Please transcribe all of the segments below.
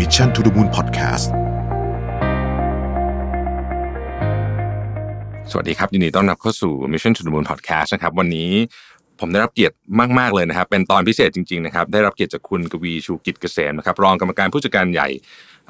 Mission to the Moon Podcast สวัสดีครับ ยินดีต้อนรับเข้าสู่ Mission to the Moon Podcast นะครับวันนี้ผมได้รับเกียรติมาก ๆ เลยนะครับ เป็นตอนพิเศษจริง ๆ นะครับ ได้รับเกียรติจากคุณกวีชูกิจเกษมนะครับรองกรรมการผู้จัดการใหญ่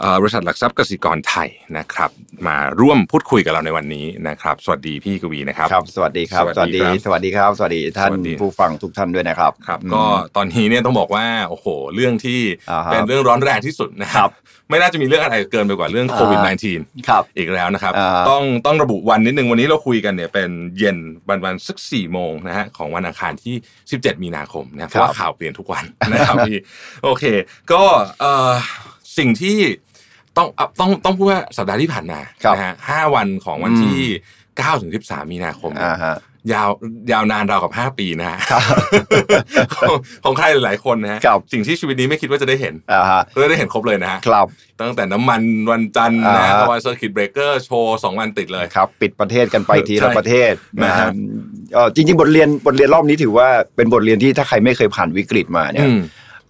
เอ่อบริษัทหลักทรัพย์กสิกรไทยนะครับ มาร่วมพูดคุยกับเราในวันนี้นะครับ สวัสดีพี่กวีนะครับ ครับ สวัสดีครับ สวัสดีครับ สวัสดีครับ สวัสดีท่าน สวัสดี ผู้ฟังทุกท่านด้วยนะครับ ครับ อืม ก็ตอนนี้เนี่ยต้องบอกว่าโอ้โหเรื่องที่ อ่าฮะ เป็นเรื่องร้อนแรงที่สุดนะค ค รั รับ บ ไม่น่าจะมีเรื่องอะไรเกินไปกว่าเรื่อง อ่า โควิด -19 ครับ อีกแล้วนะครับ อ่า ต้องต้องระบุวันนิดนึงวันนี้เราคุยกันเนี่ยเป็นเย็นวันวันสักสี่โมงนะฮะของวันอังคารที่ 17 มีนาคมนะเพราะว่าข่าวเปลี่ยนทุกวัน นะครับพี่โอเค ก็เอ่อสิ่งที่ต้องอ่ะต้องต้องพูดว่าสัปดาห์ที่ผ่านมา ครับ นะฮะห้าวันของวันที่9ถึง13 มีนาคมเนี่ย อ่าฮะ ยาวยาวนานราวกับ 5 ปีนะฮะของของใครหลายๆคนนะฮะ ครับ สิ่งที่ชีวิตนี้ไม่คิดว่าจะได้เห็น อ่าฮะ เราได้เห็นครบเลยนะฮะ ครับ ตั้งแต่น้ำมันวันจันทร์นะ อ่า ตะวันเซอร์กิตเบรกเกอร์โชว์สองวันติดเลย ครับ ปิดประเทศกันไปที ใช่ ละประเทศนะ นะฮะ ฮะเอ่อจริง ๆ บทเรียนบทเรียนรอบนี้ถือว่าเป็นบทเรียนที่ถ้าใครไม่เคยผ่านวิกฤตมาเนี่ย อืม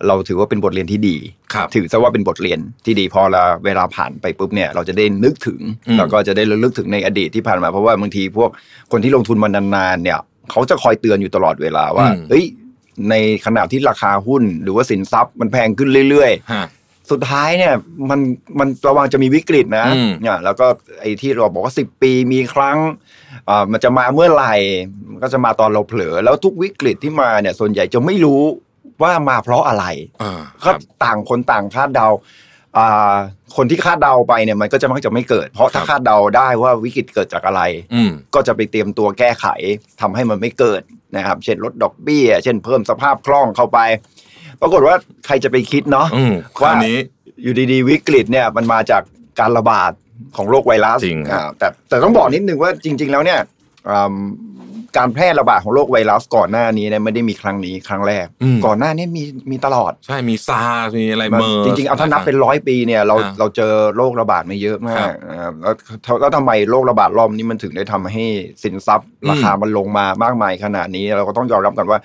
เราถือว่าเป็นบทเรียนที่ดี ครับ ถือซะว่าเป็นบทเรียนที่ดีพอเราเวลาผ่านไปปุ๊บเนี่ยเราจะได้นึกถึง อืม แล้วก็จะได้ระลึกถึงในอดีตที่ผ่านมา เพราะว่าบางทีพวกคนที่ลงทุนมานานๆเนี่ยเขาจะคอยเตือนอยู่ตลอดเวลาว่า อืม เฮ้ยในขณะที่ราคาหุ้น หรือว่าสินทรัพย์มันแพงขึ้นเรื่อย ฮะ ๆ สุดท้ายเนี่ยมันมันระวังจะมีวิกฤตนะ อืม เนี่ยแล้วก็ไอ้ที่เราบอกว่า 10 ปีมีครั้งอ่ามันจะมาเมื่อไหร่มันก็จะมาตอนเราเผลอแล้วทุกวิกฤตที่มาเนี่ยส่วนใหญ่จะไม่รู้ว่ามาเพราะอะไร าค ก็ รับ ต่างคนต่างคาดเดาอ่าคนที่คาดเดาไปเนี่ยมันก็จะมักจะไม่เกิด เพราะคถ้ารับ คาดเดาได้ว่าวิกฤตเกิดจากอะไร อืม ก็จะไปเตรียมตัวแก้ไขทำให้มันไม่เกิดนะครับ เช่นลดดอกเบี้ย เช่นเพิ่มสภาพคล่องเข้าไป ปรากฏว่าใครจะไปคิดเนาะ อืมค ว่า ราวนี้ อยู่ดีๆ วิกฤตเนี่ยมันมาจากการระบาดของโรคไวรัส จริงครับ อ่าแต่แต่ต้องบอกนิดนึงว่าจริง ๆ แล้วเนี่ยอืมการแพร่ระบาดของโรคไวรัสก่อนหน้านี้เนี่ยไม่ได้มีครั้งนี้ครั้งแรก อืม ก่อนหน้านี้มีมีตลอด ใช่มีซาร์มีอะไร มัน เมอร์ จริงๆ เอาถ้านับเป็นร้อยปีเนี่ยเรา อ่า เราเจอโรคระบาดมาเยอะมา ครั ก บ นะครับแล้วแล้วทำไมโรคระบาดรอบนี้มันถึงได้ทำให้สินทรัพย์ อืม ราคามันลงมามากมายขนาดนี้เราก็ต้องยอมรับกันว่า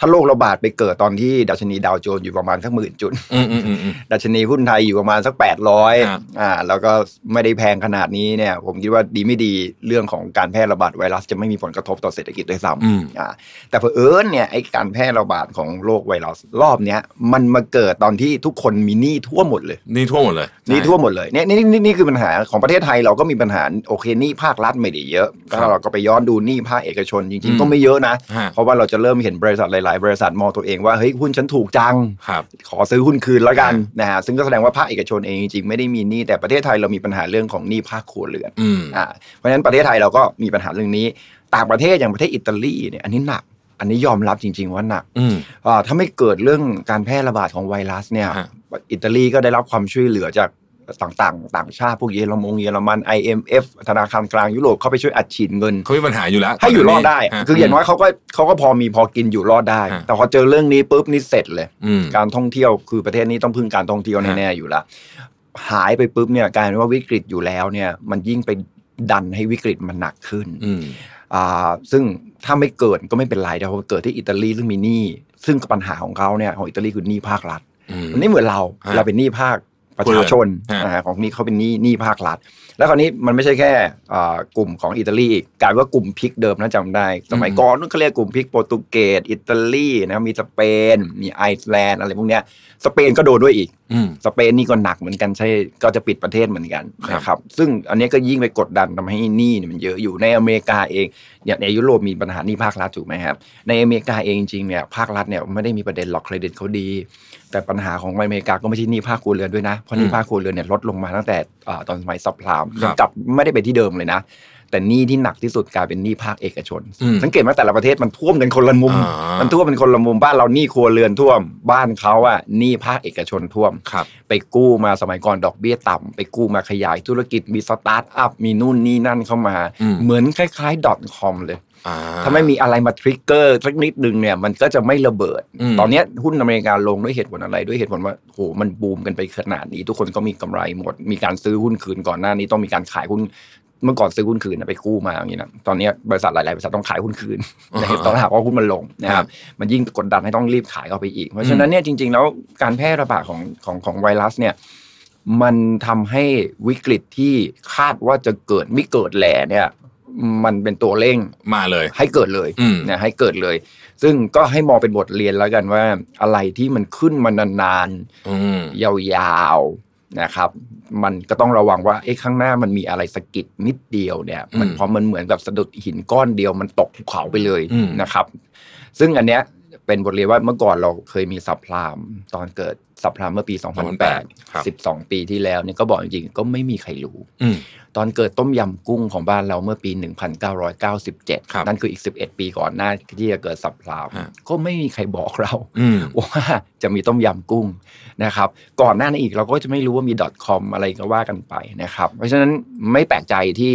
ถ้าโรคระบาดไปเกิดตอนที่ดัชนีดาวโจนส์อยู่ประมาณสักหมื่นจุด อืมอืมอืมอืม ดัชนีหุ้นไทยอยู่ประมาณสัก 800 ครับ อ่าแล้วก็ไม่ได้แพงขนาดนี้เนี่ย ผมคิดว่าดีไม่ดีเรื่องของการแพร่ระบาดไวรัสจะไม่มีผลกระทบต่อเศรษฐกิจด้วยซ้ อืม ำอ่าแต่เผอิญเนี่ยไอ้การแพร่ระบาดของโรคไวรัสรอบเนี้ยมันมาเกิดตอนที่ทุกคนมีหนี้ทั่วหมดเลย นี่ทั่วหมดเลย หนี้ทั่วหมดเลยเนี่ยนี่นี่นี่คือปัญหาของประเทศไทยเราก็มีปัญหาโอเคหนี้ภาครัฐไม่ได้เยอะถ้าเราก็ไปย้อนดูหนี้ภาคเอกชนจริงๆก็ไม่เยอะนะ ฮะ เพราะว่าเราจะเริ่มเห็นบริษัทหลาย ๆ บริษัทมองตัวเองว่าเฮ้ยหุ้นฉันถูกจัง ครับ ขอซื้อหุ้นคืนแล้วกัน อ่ นะฮะซึ่งก็แสดงว่าภาคเอกชนเองจริงๆไม่ได้มีหนี้แต่ประเทศไทยเรามีปัญหาเรื่องของหนี้ภาคครัวเรือน อืม อ่าเพราะฉะนั้นประเทศไทยเราก็มีปัญหาเรื่องนี้ ต่างประเทศอย่างประเทศอิตาลีเนี่ยอันนี้หนัก อันนี้ยอมรับจริง ๆ ว่าหนัก อืม อ่าถ้าไม่เกิดเรื่องการแพร่ระบาดของไวรัสเนี่ย ฮะ อิตาลีก็ได้รับความช่วยเหลือจากต่างๆ ต่างชาติพวกเยอรมงเยอรมัน IMF ธนาคารกลางยุโรปเข้าไปช่วยอัดฉีดเงิน เขามีปัญหาอยู่แล้ว ให้อยู่รอดได้ ตนนี้ คืออย่างน้อยเขาก็เขาก็พอมีพอกินอยู่รอดได้ ฮะ แต่พอเจอเรื่องนี้ปุ๊บนี่เสร็จเลย อืม การท่องเที่ยวคือประเทศนี้ต้องพึ่งการท่องเที่ยวแน่ๆอยู่ละหายไปปุ๊บเนี่ยกลายเป็นว่าวิกฤตอยู่แล้วเนี่ยมันยิ่งไปดันให้วิกฤตมันหนักขึ้น อืม อ่าซึ่งถ้าไม่เกิดก็ไม่เป็นไรแต่พอเกิดที่อิตาลีซึ่งมีหนี้ซึ่งปัญหาของเขาเนี่ยของอิตาลีคือหนี้ภาครัฐ อืม มันไม่เหมือนเรา ฮะ เราเป็นหนี้ภาคประชาชน ฮะ อ่าของนี้เขาเป็นหนี้หนี้ภาครัฐ แล้วคราวนี้มันไม่ใช่แค่อ่ากลุ่มของอิตาลีอีกกลายเป็นว่ากลุ่มพิกเดิมนะจำได้ สมัยก่อนนู้นเขาเรียกกลุ่มพิกโปรตุเกสอิตาลีนะมีสเปน มีไอซ์แลนด์อะไรพวกเนี้ยสเปนก็โดนด้วยอีก อืม สเปนนี่ก็หนักเหมือนกันใช่ก็จะปิดประเทศเหมือนกัน ครับ นะครับซึ่งอันนี้ก็ยิ่งไปกดดันทำให้หนี้เนี่ยมันเยอะอยู่ในอเมริกาเองอย่างในยุโรปมีปัญหาหนี้ภาครัฐถูกไหมครับในอเมริกาเองจริงๆเนี่ยภาครัฐเนี่ยไม่ได้มีประเด็นหรอกเครดิตเขาดี แต่ปัญหาของอเมริกาก็ไม่ใช่หนี้ภาคครัวเรือนด้วยนะเพราะหนี้ภาคครัวเรือนเนี่ยลดลงมาตั้งแต่เอ่อตอนสมัยซับไพราม ครับ กลับไม่ได้ไปที่เดิมเลยนะ แต่หนี้ที่หนักที่สุดกลายเป็นหนี้ภาคเอกชน อืม สังเกตไหมแต่ละประเทศมันท่วมกันคนละมุม อ่ามั มันท่วมเป็นคนละมุมบ้านเราหนี้ครัวเรือนท่วม บ้านเขาอะหนี้ภาคเอกชนท่วม ครับ ไปกู้มาสมัยก่อนดอกเบี้ยต่ำไปกู้มาขยายธุรกิจมีสตาร์ทอัพมีนู่นนี่นั่นเข้ามา อืม เหมือนคล้ายๆดอทคอมเลย อ่ ถ้าไม่มีอะไรมาทริกเกอร์สักนิดนึงเนี่ยมันก็จะไม่ระเบิด อืม ตอนเนี้ยหุ้นอเมริกาลงด้วยเหตุผลอะไรด้วยเหตุผลว่าโหมันบูมกันไปขนาดนี้ ทุกคนก็มีกำไรหมด มีการซื้อหุ้นคืนก่อนหน้านี้ต้องมีการขายหุ้นเมื่อก่อนซื้อหุ้นคืนนะไปกู้มาอย่างนี้นะตอนเนี้ยบริษัทหลายๆบริษัทต้องขายหุ้นคืน นะครับต้องหากว่าหุ้นมันลงนะครับมันยิ่งกดดันให้ต้องรีบขายเข้าไปอีก เพราะฉะนั้นเนี่ยจริงๆ แล้วการแพร่ระบาดของของของไวรัสเนี่ย มันทำให้วิกฤตที่คาดว่าจะเกิดไม่เกิดแหล่เนี่ย มันเป็นตัวเร่ง มาเลย ให้เกิดเลย อืม นะให้เกิดเลย ซึ่งก็ให้มองเป็นบทเรียนแล้วกันว่าอะไรที่มันขึ้นมานานๆ อืม ยาวๆนะครับ มันก็ต้องระวังว่าเอ๊ะข้างหน้ามันมีอะไรสะกิดนิดเดียวเนี่ย มัน อืม เพราะมันเหมือนกับสะดุดหินก้อนเดียวมันตกภูเขาไปเลย อืม นะครับ ซึ่งอันเนี้ยเป็นบทเรียนว่าเมื่อก่อนเราเคยมีสับพรามตอนเกิดสับพรามเมื่อปี 2008 ครับ 12 ปีที่แล้วเนี่ยก็บอกจริงๆก็ไม่มีใครรู้ อืม ตอนเกิดต้มยำกุ้งของบ้านเราเมื่อปี ครับ 1997 นั่นคืออีก 11 ปีก่อนหน้าที่จะเกิดสับพราม ฮะ ก็ไม่มีใครบอกเรา อืม ว่าจะมีต้มยำกุ้งนะครับ ก่อนหน้านี้อีกเราก็จะไม่รู้ว่ามี .com อะไรก็ว่ากันไปนะครับ เพราะฉะนั้นไม่แปลกใจที่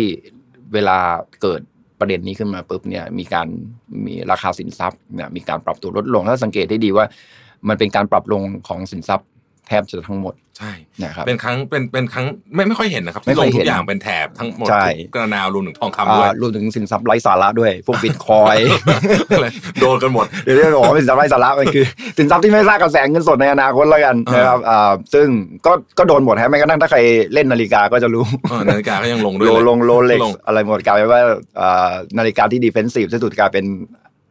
เวลาเกิดประเด็นนี้ขึ้นมาปุ๊บเนี่ยมีการมีราคาสินทรัพย์เนี่ยมีการปรับตัวลดลงถ้าสังเกตได้ดีว่า มันเป็นการปรับลงของสินทรัพย์แทบจะทั้งหมด ใช่ นะครับ เป็นครั้ง เป็น เป็นครั้ง ไม่ ไม่ค่อยเห็นนะครับ ไม่ ที่ ค่ ล อย ง เห็น ทุกอย่างเป็นแถบทั้งหมด ใช่ ทุกกระนาวรวมถึงทองคำด้วย อ่ารวมถึงสินทรัพย์ไร้สาระด้วย พวกบิตคอย เลยโดนกันหมด เดี๋ยวเรียกว่าเป็นสินทรัพย์ไร้สาระมันคือ สินทรัพย์ที่ไม่สร้างกระแสเงินสดในอนาคตแล้วกันนะครับอ่าซึ่งก็ก็โดนหมดฮะแม้กระทั่งถ้าใครเล่นนาฬิกาก็จะรู้ เออนาฬิกาก็ยังลงด้วย โล เย ลงโลเล็ก ลง อะไรหมดกลายเป็นว่าอ่านาฬิกาที่ดีเฟนซีฟที่สุดกลายเป็น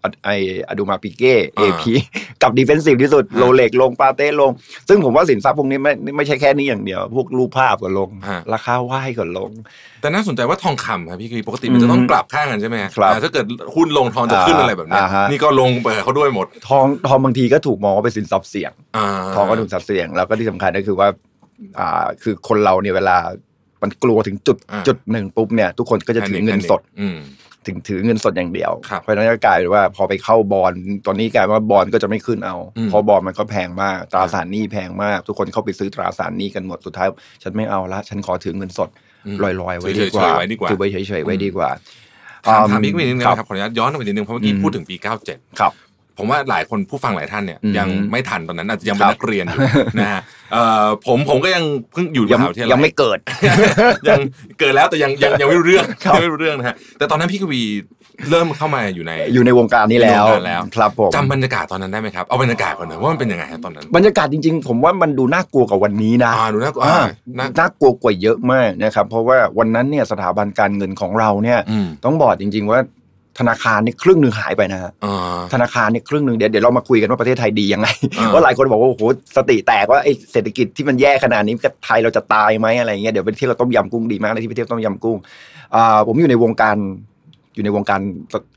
อไออดูมาปิเก้เอพี กับดีเฟนซีฟที่สุดโลเล็กลงปาเต้ลง ซึ่งผมว่าสินทรัพย์พวกนี้ไม่ไม่ใช่แค่นี้อย่างเดียว พวกรูปภาพก็ลง ฮะ ราคาไหว้ก็ลง แต่น่าสนใจว่าทองคำครับพี่กีปกติมันจะต้องกลับข้างกันใช่ไหม ครับ อ่าถ้าเกิดหุ้นลงทองจะขึ้น อ่า อะไรแบบเนี้ย อ่าฮะ นี่ก็ลงไปกับเขาด้วยหมด ทองทองบางทีก็ถูกมองว่าเป็นสินทรัพย์เสี่ยง า ทองก็ถูกสัดเสี่ยงแล้วก็ที่สำคัญก็คือว่าอ่าคือคนเราเนี่ยเวลามันกลัวถึงจุด อ่า จุดหนึ่งปุ๊บเนี่ยทุกคนก็จะถือเงินสด อืม ถึงถือเงินสดอย่างเดียว ครับ เพราะฉะนั้นก็กลายเป็นว่าพอไปเข้าบอลตอนนี้กลายเป็นว่าบอลก็จะไม่ขึ้นเอา อืม เพราะบอลมันก็แพงมากตราสารหนี้แพงมาก ทุกคนเข้าไปซื้อตราสารหนี้กันหมดสุดท้าย ฉันไม่เอาละฉันขอถือเงินสด ม ลอยๆไว้ เฉ ดี ยๆ กว่า ไว้ดีกว่า ถือไว้เฉยๆไว้ดีกว่า ถามถาม อื พี่กีนิดนึง ครับ นะครับขออนุญาตย้อนไปนิดนึงเพราะเมื่อกี้ อืม พูดถึงปี 97 ครับ ผมว่าหลายคนผู้ฟังหลายท่านเนี่ย อืม ยังไม่ทันตอนนั้นอาจจะยังเป็ ครั น บ นักเรียนอยู่ นะฮะเอ่อผมผมก็ยังเพิ่งอยู่ม ยัง หาวิทยาลัย ยังไม่เกิด ยังเกิดแล้วแต่ยัง ยังยังไม่รู้เรื่อง ครับ ยังไม่รู้เรื่องนะฮะแต่ตอนนั้นพี่กวีเริ่มเข้ามาอยู่ใน อยู่ในวงการนี้แล้ว อยู่ในวงการแล้ว ครับผม จำบรรยากาศตอนนั้นได้ไหมครับเอาบรรยากาศก่อนนะว่ามันเป็นยังไงฮะตอนนั้น บรรยากาศจริงๆ ผมว่ามันดูน่ากลัวกว่าวันนี้นะ อ่าดูน่ากลัว อ่า อ่าน่า น่ากลัวกว่าเยอะมากนะครับ เพราะว่าวันนั้นเนี่ยสถาบันการเงินของเราเนี่ย อืม ต้องบอกจริง ๆ ว่าธนาคารนี่ครึ่งหนึ่งหายไปนะฮะ อ่า ธนาคารนี่ครึ่งหนึ่งเดี๋ยวเดี๋ยวเรามาคุยกันว่าประเทศไทยดียังไง อ่า ว่าะหลายคนบอกว่าโอ้โหสติแตกว่าไอ้เศรษฐกิจที่มันแย่ขนาดนี้ประเทศไทยเราจะตายไหมอะไรเงี้ยเดี๋ยวไปเที่ยวเราต้มยำกุ้งดีมากเลยที่ไปเที่ยวต้มยำกุ้งอ่าผมอยู่ในวงการอยู่ในวงการ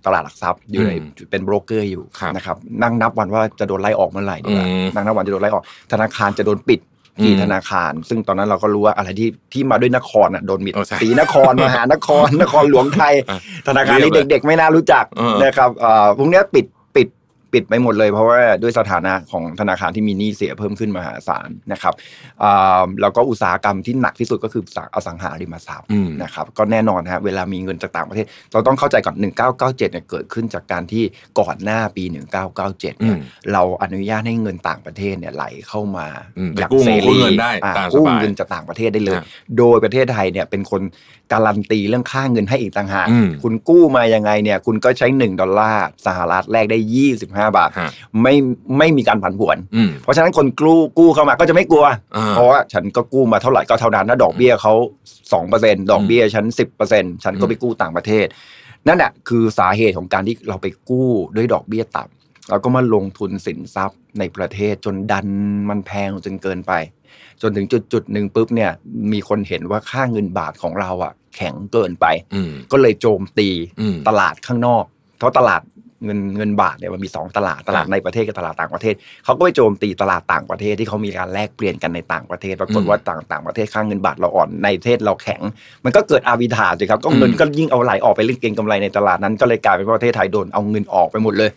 ตลาดหลักทรัพย์อยู่ใน อืม เป็นโบรกเกอร์อยู่ ครับ นะครับนั่งนับวันว่าจะโดนไล่ออกเมื่อไหร่ดี อื กว่า ม นางนวันจะโดนไล่ออกธนาคารจะโดนปิดกี่ อืม ธนาคาร ซึ่งตอนนั้นเราก็รู้ว่าอะไรที่ที่มาด้วยนครอ่ะโดนมิด โอ้ใช่ สีนคร มหานคร นครหลวงไทย อ่ะ ธนาคารนี้ เรียบเลย เด็ก ๆ ไม่น่ารู้จัก เออ นะครับเอ่อพวกเนี้ยปิดปิดปิดไปหมดเลยเพราะว่าด้วยสถานะของธนาคารที่มีหนี้เสียเพิ่มขึ้นมหาศาลนะครับอ่าแล้วก็อุตสาหกรรมที่หนักที่สุดก็คืออสังหาริมทรัพย์ อืม นะครับก็แน่นอนฮะเวลามีเงินจากต่างประเทศ เราต้องเข้าใจก่อน 1997เนี่ยเกิดขึ้นจากการที่ก่อนหน้าปี 1997เนี่ย อืม เราอนุญาตให้เงินต่างประเทศเนี่ยไหลเข้ามา อืม อย่าง ไปกู้ เส กู้ รี เงินได้ อ่า ตามสบาย กู้เงินจากต่างประเทศได้เลย ครับ โดยประเทศไทยเนี่ยเป็นคนการันตีเรื่องค่าเงินให้อีกต่างหาก อืม คุณกู้มายังไงเนี่ยคุณก็ใช้ 1 ดอลลาร์สหรัฐแลกได้ 25 บาท ฮะ ไม่ไม่มีการผันผวน อืม เพราะฉะนั้นคนกู้กู้เข้ามาก็จะไม่กลัว อ่า เพราะว่าฉันก็กู้มาเท่าไหร่ก็เท่านั้นถ้าดอกเบี้ยเขา2%ดอกเบี้ยฉัน 10%ฉันก็ไปกู้ต่างประเทศ นั่นแหละคือสาเหตุของการที่เราไปกู้ด้วยดอกเบี้ยต่ำเราก็มาลงทุนสินทรัพย์ในประเทศจนดันมันแพงจนเกินไป จนถึงจุดจุดๆหนึ่งปุ๊บเนี่ยมีคนเห็นว่าค่าเงินบาทของเราอะแข็งเกินไป อืม ก็เลยโจมตี อืม ตลาดข้างนอก เพราะตลาดเงินเงินบาทเนี่ยมันมี 2 ตลาดตลาด อ่ะ ในประเทศกับตลาดต่างประเทศเขาก็ไปโจมตีตลาดต่างประเทศที่เขามีการแลกเปลี่ยนกันในต่างประเทศปรากฏ อืม ว่าต่างต่างประเทศค่าเงินบาทเราอ่อนในประเทศเราแข็ง มันก็เกิดอาวิธาสิครับก็เงิน อืม ก็ยิ่งเอาไหลออกไปเล่นเก็งกำไรในตลาดนั้นก็เลยกลายเป็นว่าประเทศไทยโดนเอาเงินออกไปหมดเลย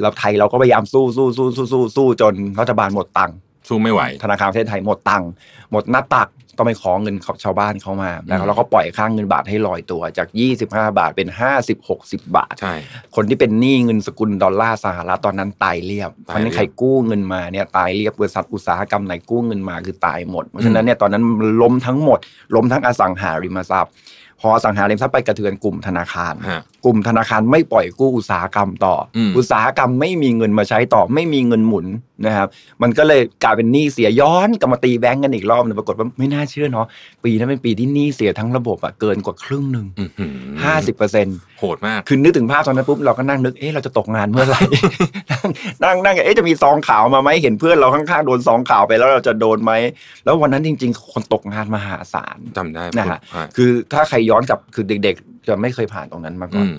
แล้วไทยเราก็พยายามสู้สู้สู้สู้สู้สู้จนรัฐบาลหมดตังค์ สู้ไม่ไหว ธนาคารประเทศไทยหมดตังค์หมดหน้าตักต้องไปขอเงินของชาวบ้านเขามาแล้ว อืม เราก็ปล่อยค่าเงินบาทให้ลอยตัวจาก 25 บาทเป็น 50 60 บาท ใช่ คนที่เป็นหนี้เงินสกุลดอลลาร์สหรัฐตอนนั้นตายเรียบเพ ตายเรียบ ราะฉะนั้นใครกู้เงินมาเนี่ยตายเรียบบริษัทอุตสาหกรรมไหนกู้เงินมาคือตายหมดเพราะฉะนั้นเนี่ยตอนนั้นมันล้มทั้งหมด ล้มทั้งอสังหาริมทรัพย์ พออสังหาริมทรัพย์ไปกระเทือนกลุ่มธนาคาร ฮะ กลุ่มธนาคารไม่ปล่อยกู้อุตสาหกรรมต่ออ ม อุตสาหกรรมไม่มีเงินมาใช้ต่อไม่มีเงินหมุนนะครับ มันก็เลยกลายเป็นหนี้เสียย้อนกลับมาตีแบงก์กันอีกรอบหนึงปรากฏว่าไม่น่าเชื่อเนาะปีนั้นเป็นปีที่หนี้เสียทั้งระบบอะเกินกว่าครึ่งหนึ่ง อื้ออ ห้าสิบเปอร์เซ็นต์ โหดมาก คือนึกถึงภาพตอนนั้นปุ๊บเราก็นั่งนึก เอ๊ะเราจะตกงานเมื่อไหร่ นั่งนั่งนั่งเอ๊ะจะมีซองขาวมาไหมเห็นเพื่อนเราข้างๆโดนซองขาวไปแล้วเราจะโดนไหม แล้ววันนั้นจริง ๆ คนตกงานมหาศาล จำได้คุนะณ ฮะ ฮะ คือถ้าใครย้อนกลับคือเด็กๆ จะไม่เคยผ่านตรงนั้นมาก่ อื อน ม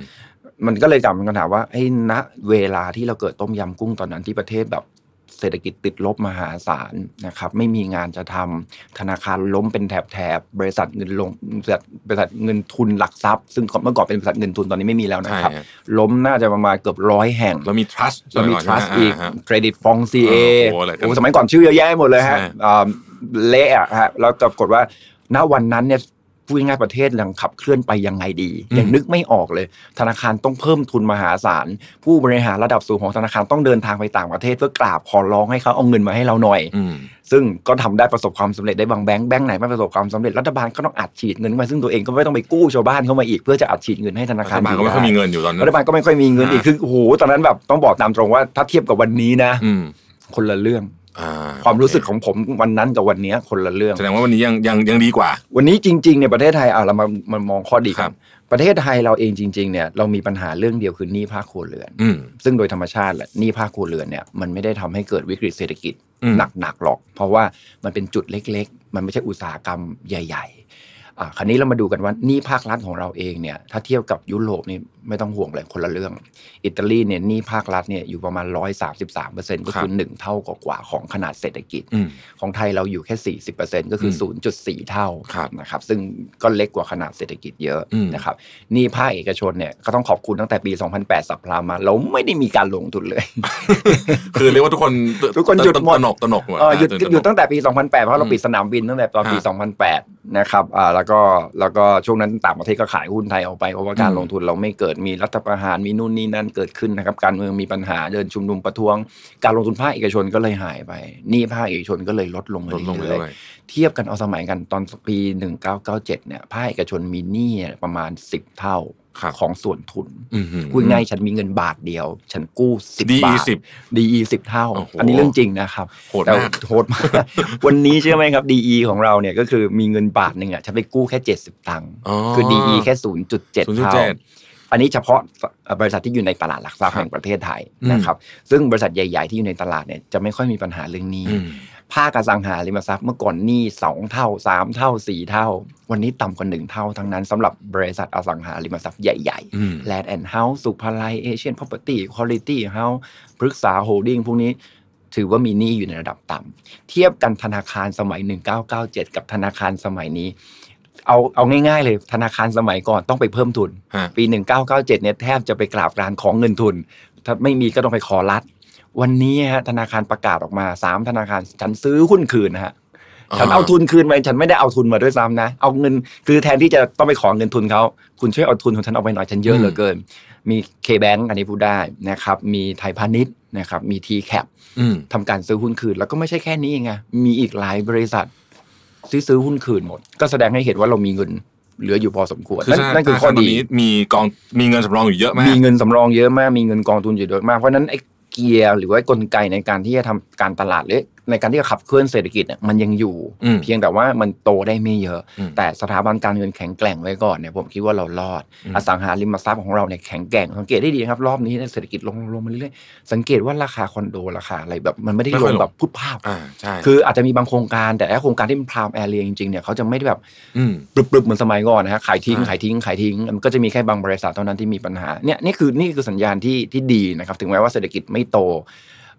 มันก็เลยกลายเป็นคำถามว่าไอ้ณเวลาที่เราเกิดต้มยำกุ้งตอนนั้นที่ประเทศแบบเศรษฐกิจติดลบมหาศาลนะครับไม่มีงานจะทำธนาคารล้มเป็นแถบแถบๆบริษัทเงินลงบริษัทบริษัทเงินทุนหลักทรัพย์ ซึ่งเมื่อก่อนเป็นบริษัทเงินทุนตอนนี้ไม่มีแล้วนะ ใช่ ครับ ฮะ ล้มน่าจะประมาณเกือบร้อยแห่ง แล้วมี trust แล้วมี ก่อน trust ใช่อีกไหาฮะ เครดิตฟองซีเอ โอ้โหอะไรกัน โอ้สมัยก่อนชื่อเยอะแยะหมดเลยฮะ ใช่ อ่าเละอะฮะแล้วปรากฏว่าณวันนั้นเนี่ยพูดง่ายๆประเทศยังขับเคลื่อนไปยังไงดี ยังนึกไม่ออกเลย ธนาคารต้องเพิ่มทุนมหาศาล ผู้บริหารระดับสูงของธนาคารต้องเดินทางไปต่างประเทศเพื่อกราบขอร้องให้เขาเอาเงินมาให้เราหน่อย อืม ซึ่งก็ทำได้ประสบความสำเร็จได้บางแบงค์แบงค์ไหนไม่ประสบความสำเร็จรัฐบาลก็ต้องอัดฉีดเงินเข้าไปซึ่งตัวเองก็ไม่ต้องไปกู้ชาวบ้านเข้ามาอีกเพื่อจะอัดฉีดเงินให้ธนา รั คาร ฐบาล อยู่ ก็ไม่ค่อย ได้ มีเงินอยู่ตอนนั้ รั น ฐบาลก็ไม่ค่อยมีเงินอีก อ่า คือโอ้โหตอนนั้นแบบต้องบอกตามตรงว่าถ้าเทียบกับวันนี้นะ อืม คนละเรื่อง อ่า ความรู้สึกของผมวันนั้นกับวันเนี้ยคนละเรื่อง แสดงว่าวันนี้ยังยังยังดีกว่า วันนี้จริงๆเนี่ยประเทศไทยอ่ะเรามามามองข้อดี ค ค รั รับ บ ประเทศไทยเราเองจริงๆเนี่ยเรามีปัญหาเรื่องเดียวคือหนี้ภาคครัวเรือน อืม ซึ่งโดยธรรมชาติแหละหนี้ภาคครัวเรือนเนี่ยมันไม่ได้ทำให้เกิดวิกฤตเศรษฐกิจ อืม หนักๆหรอก เพราะว่ามันเป็นจุดเล็กๆ มันไม่ใช่อุตสาหกรรมใหญ่ๆอ่ะคราวนี้เรามาดูกันว่าหนี้ภาครัฐของเราเองเนี่ยถ้าเทียบกับยุโรปนี่ไม่ต้องห่วงเลยคนละเรื่อง อิตาลีเนี่ยหนี้ภาครัฐเนี่ยอยู่ประมาณ 133%ก็คือหนึ่งเท่ากว่าๆของขนาดเศรษฐกิจ อืม ของไทยเราอยู่แค่ 40%ก็คือ 0.4 เท่า ครับ นะครับ ซึ่งก็เล็กกว่าขนาดเศรษฐกิจเยอะ อืม นะครับหนี่ภาคเอกชนเนี่ยก็ต้องขอบคุณตั้งแต่ปี 2008 สับพลามมา เราไม่ได้มีการลงทุนเลย คือเรียกว่าทุกคน ทุกคนหยุดหมด ตระหนกตระหนกหมด เออหยุด ตื่น หยุตดระ ตั้งแต่ปี 2008 เพราะเรา อืม ปิดสนามบินตั้งแต่ตอนปี ฮะ 2008 นะครับอ่าแล้วก็แล้วก็ช่วงนั้นต่างประเทศก็ขายหุ้นไทยออกไป เพราะว่าการ อืม ลงทุนเราไม่เกิดมีรัฐประหารมีนู่นนี่นั่นเกิดขึ้นนะครับ การเมืองมีปัญหาเดินชุมนุมประท้วง การลงทุนภาคเอกชนก็เลยหายไปหนี่ภาคเอกชนก็เลยลดลง หน มาก ลดลงไป เรื่อยๆ ด้วย เทียบกันเอาสมัยกันตอนปี 1997 เนี่ยภาคเอกชนมีหนี้เนี่ยประมาณ 10 เท่า ครับ ของส่วนทุน อืม พูดง่ายๆฉันมีเงินบาทเดียว ฉันกู้ 10 ดี บาท สิบ DE 10 เท่า โอ้โห อันนี้เรื่องจริงนะครับ โหด แต่ มาก โหดมาก วันนี้เชื่อไหมครับ DE ของเราเนี่ยก็คือมีเงินบาทหนึ่งอ่ะฉันไปกู้แค่ 70 ตังค์คือ DE แค่ 0.7 เท่า อันนี้เฉพาะบริษัทที่อยู่ในตลาดหลักทรัพย์ ครับ แห่งประเทศไทย อืม นะครับซึ่งบริษัทใหญ่ๆที่อยู่ในตลาดเนี่ยจะไม่ค่อยมีปัญหาเรื่องหนี้ อืม ภาคอสังหาริมทรัพย์เมื่อก่อนหนี้สองเท่าสามเท่าสี่เท่า วันนี้ต่ำกว่าหนึ่งเท่าทั้งนั้นสำหรับบริษัทอสังหาริมทรัพย์ใหญ่ อืม ๆ Land and House สุภาลัยเอเชียนพ r o ร์ตี้คุณ i t y House พฤกษาโฮลดิ้งพวกนี้ถือว่ามีหนี้อยู่ในระดับต่ำเทียบกันธนาคารสมัย 1997 กับธนาคารสมัยนี้ เอาเอาง่ายๆเลยธนาคารสมัยก่อนต้องไปเพิ่มทุน ฮะ ปี 1997 เนี่ยแทบจะไปกราบการของเงินทุน ถ้าไม่มีก็ต้องไปขอรัฐ วันนี้ฮะธนาคารประกาศออกมา 3 ธนาคารฉันซื้อหุ้นคืนนะฮะ ฉันเอาทุนคืนไปฉันไม่ได้เอาทุนมาด้วยซ้ำนะ เอาเงินคือแทนที่จะต้องไปขอเงินทุนเขาคุณช่วยเอาทุนของฉันเอาไปหน่อยฉันเยอะเหลือเกิน มี K-Bank อันนี้พูดได้นะครับ มีไทยพาณิชย์นะครับ มี T-Cap อืม ทำการซื้อหุ้นคืน แล้วก็ไม่ใช่แค่นี้ไงมีอีกหลายบริษัทซื้อซื้อหุ้นคืนหมด ก็แสดงให้เห็นว่าเรามีเงินเหลืออยู่พอสมควร คือ นั่นนั่นคือ ธาาร ข้อ ตน ดี นี้มีกองมีเงินสำรองอยู่เยอะมาก มีเงินสำรองเยอะมาก มีเงินกองทุนอยู่เยอะมาก เพราะฉะนั้นไอ้เกียร์หรือว่ากลไกในการที่จะทำการตลาดหรือในการที่จะขับเคลื่อนเศรษฐกิจเนี่ยมันยังอยู่ อืม เพียงแต่ว่ามันโตได้ไม่เยอะ อืม แต่สถาบันการเงินแข็งแกร่งไว้ก่อนเนี่ยผมคิดว่าเรารอด อืม อสังหาริมทรัพย์ของเราเนี่ยแข็งแกร่งสังเกตได้ดีนะครับ รอบนี้เนี่ยเศรษฐกิจลงลงมาเรื่อยๆสังเกตว่าราคาคอนโดราคาอะไรแบบมันไม่ได้ลงแบบพุทธภาพ อ่าใช่ คืออาจจะมีบางโครงการแต่ไอ้โครงการที่เป็นพรามแอเรียจริงๆเนี่ยเขาจะไม่ได้แบบ ม ปรึบๆเหมือนสมัยก่อนนะฮะขายทิ้ง ใช่ ขายทิ้งขายทิ้งมันก็จะมีแค่บางบริษัทเท่านั้นที่มีปัญหาเนี่ยนี่คือนี่คือสัญญาณที่ที่ดีนะครับ ถึงแม้ว่าเศรษฐกิจไม่โต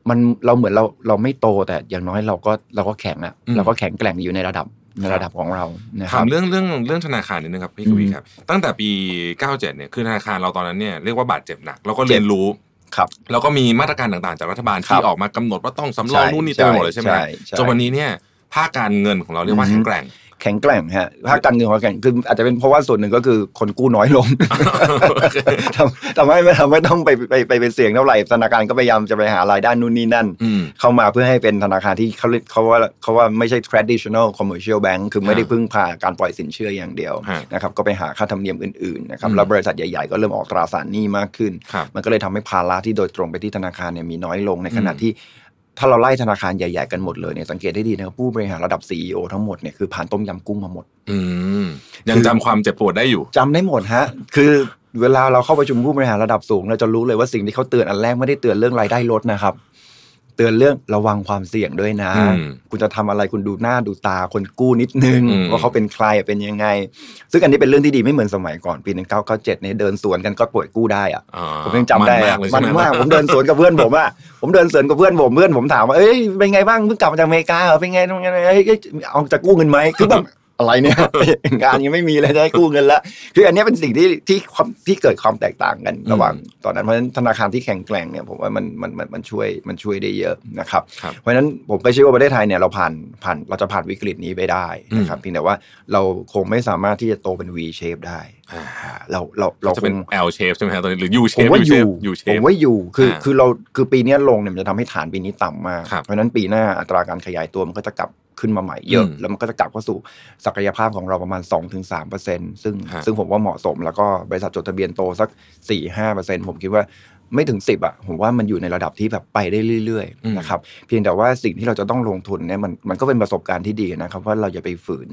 มันเราเหมือนเราเราไม่โตแต่อย่างน้อยเราก็เราก็แข็งอะเราก็แข็งแกร่งอยู่ในระดับในระดับของเรานะครัถาบมเรื่องเรื่องเรื่องธนาคารนิดนึงครับพี่ อื ก ม วีครับตั้งแต่ปี 97 เนี่ยคือธนาคารเราตอนนั้นเนี่ยเรียกว่าบาดเจ็บหนักแล้วก็เรียนรู้ ครับ แล้วก็มีมาตรการต่างๆ จากรัฐบาล ครั ที่ บ ออกมากำหนดว่าต้องสำรองนู่นนี่เต็มไปหมดเลยใช่ไหมครับ ใช่ จนวันนี้เนี่ยภาคการเงินของเราเรียกว่า อืแข็งมแกร่ง แข็งแกร่งฮะภาคการเงินของเราแข็งคืออาจจะเป็นเพราะว่าส่วนหนึ่งก็คือคนกู้น้อย ลง ทำทำให้ไม่ทำให้ต้องไปไปไปไปเสี่ยงเท่าไหร่ธนาคารก็พยายามจะไปหารายได้นู่นนี่นั่น อืม เข้ามาเพื่อให้เป็นธนาคารที่เขาเรียกเขาว่าเขาว่าไม่ใช่ traditional commercial bank คือไม่ได้พึ่งพาการปล่อยสินเชื่ออย่างเดียว ฮะ นะครับก็ไปหาค่าธรรมเนียมอื่นๆนะครับ อืม แล้วบริษัทใหญ่ๆ ก็เริ่มออกตราสารหนี้มากขึ้น ครับ มันก็เลยทำให้ภาระที่โดยตรงไปที่ธนาคารเนี่ยมีน้อยลงในขณะ อืม ที่ ถ้าเราไล่ธนาคารใหญ่ๆกันหมดเลยเนี่ยสังเกตได้ดีนะครับผู้บริหารระดับ CEO ทั้งหมดเนี่ยคือผ่านต้มยำกุ้งมาหมด อืมยังจำความเจ็บปวดได้อยู่ จำได้หมดฮะ คือเวลาเราเข้าประชุมผู้บริหารระดับสูง เราจะรู้เลยว่าสิ่งที่เขาเตือนอันแรกไม่ได้เตือนเรื่องรายได้ลดนะครับ เตือนเรื่องระวังความเสี่ยงด้วยนะ อืม คุณจะทำอะไรคุณดูหน้าดูตาคนกู้นิดนึง อืม ว่าเขาเป็นใครเป็นยังไง ซึ่งอันนี้เป็นเรื่องที่ดีไม่เหมือนสมัยก่อนปี 1997เนี่ยเดินสวนกันก็ป่วยกู้ได้อะ อ่า ผมยังจำได้ มาก อะ เลย มั ใช่ น ไหม มากผมเดินสวนกับเพื่อนผมอะผมเดินสวนกับเพื่อนผมเพื่อนผมถามว่าเอ้ยเป็นไงบ้างเพิ่งกลับมาจากอเมริกาเหรอเป็นไงเป็นไงเอ้ยเอาจะกู้เงินไหมคือแบบ อะไรเนี่ย งานยังไม่มีเลยจะให้กู้เงินละคืออันเนี้ยเป็นสิ่งที่ที่ความที่เกิดความแตกต่างกันระหว่างตอนนั้นเพราะฉะนั้นธนาคารที่แข็งแกร่งเนี่ยผมว่ามันมันมันมันช่วยมันช่วยได้เยอะนะครับ ครับ เพราะฉะนั้นผมก็เชื่อว่าประเทศไทยเนี่ยเราผ่านผ่านเราจะผ่านวิกฤตนี้ไปได้นะครับเพียงแต่ว่าเราคงไม่สามารถที่จะโตเป็น V shape ได้ อ่า อ่าเราเราเรา จะเป็น คง L shape ใช่ไหมฮะตอนนี้หรือ U ผม shape ว่า U อยู่ shape U ผม shape ว่าอยู่ คือ อ่า คือเรา คือปีเนี้ยลงเนี่ยมันจะทำให้ฐานปีนี้ต่ำมาก ครับ เพราะฉะนั้นปีหน้าอัตราการขยายตัวมันก็จะกลับขึ้นมาใหม่เยอะ อืม แล้วมันก็จะกลับเข้าสู่ศักยภาพของเราประมาณ 2-3%ซึ่ง ฮะ ซึ่งผมว่าเหมาะสม แล้วก็บริษัทจดทะเบียนโตสัก 4-5%ผมคิดว่าไม่ถึง 10อ่ะ ผมว่ามันอยู่ในระดับที่แบบไปได้เรื่อย อืม ๆ นะครับ เพียงแต่ว่าสิ่งที่เราจะต้องลงทุนเนี่ยมันมันก็เป็นประสบการณ์ที่ดีนะครับว่าเราอย่าไปฝืน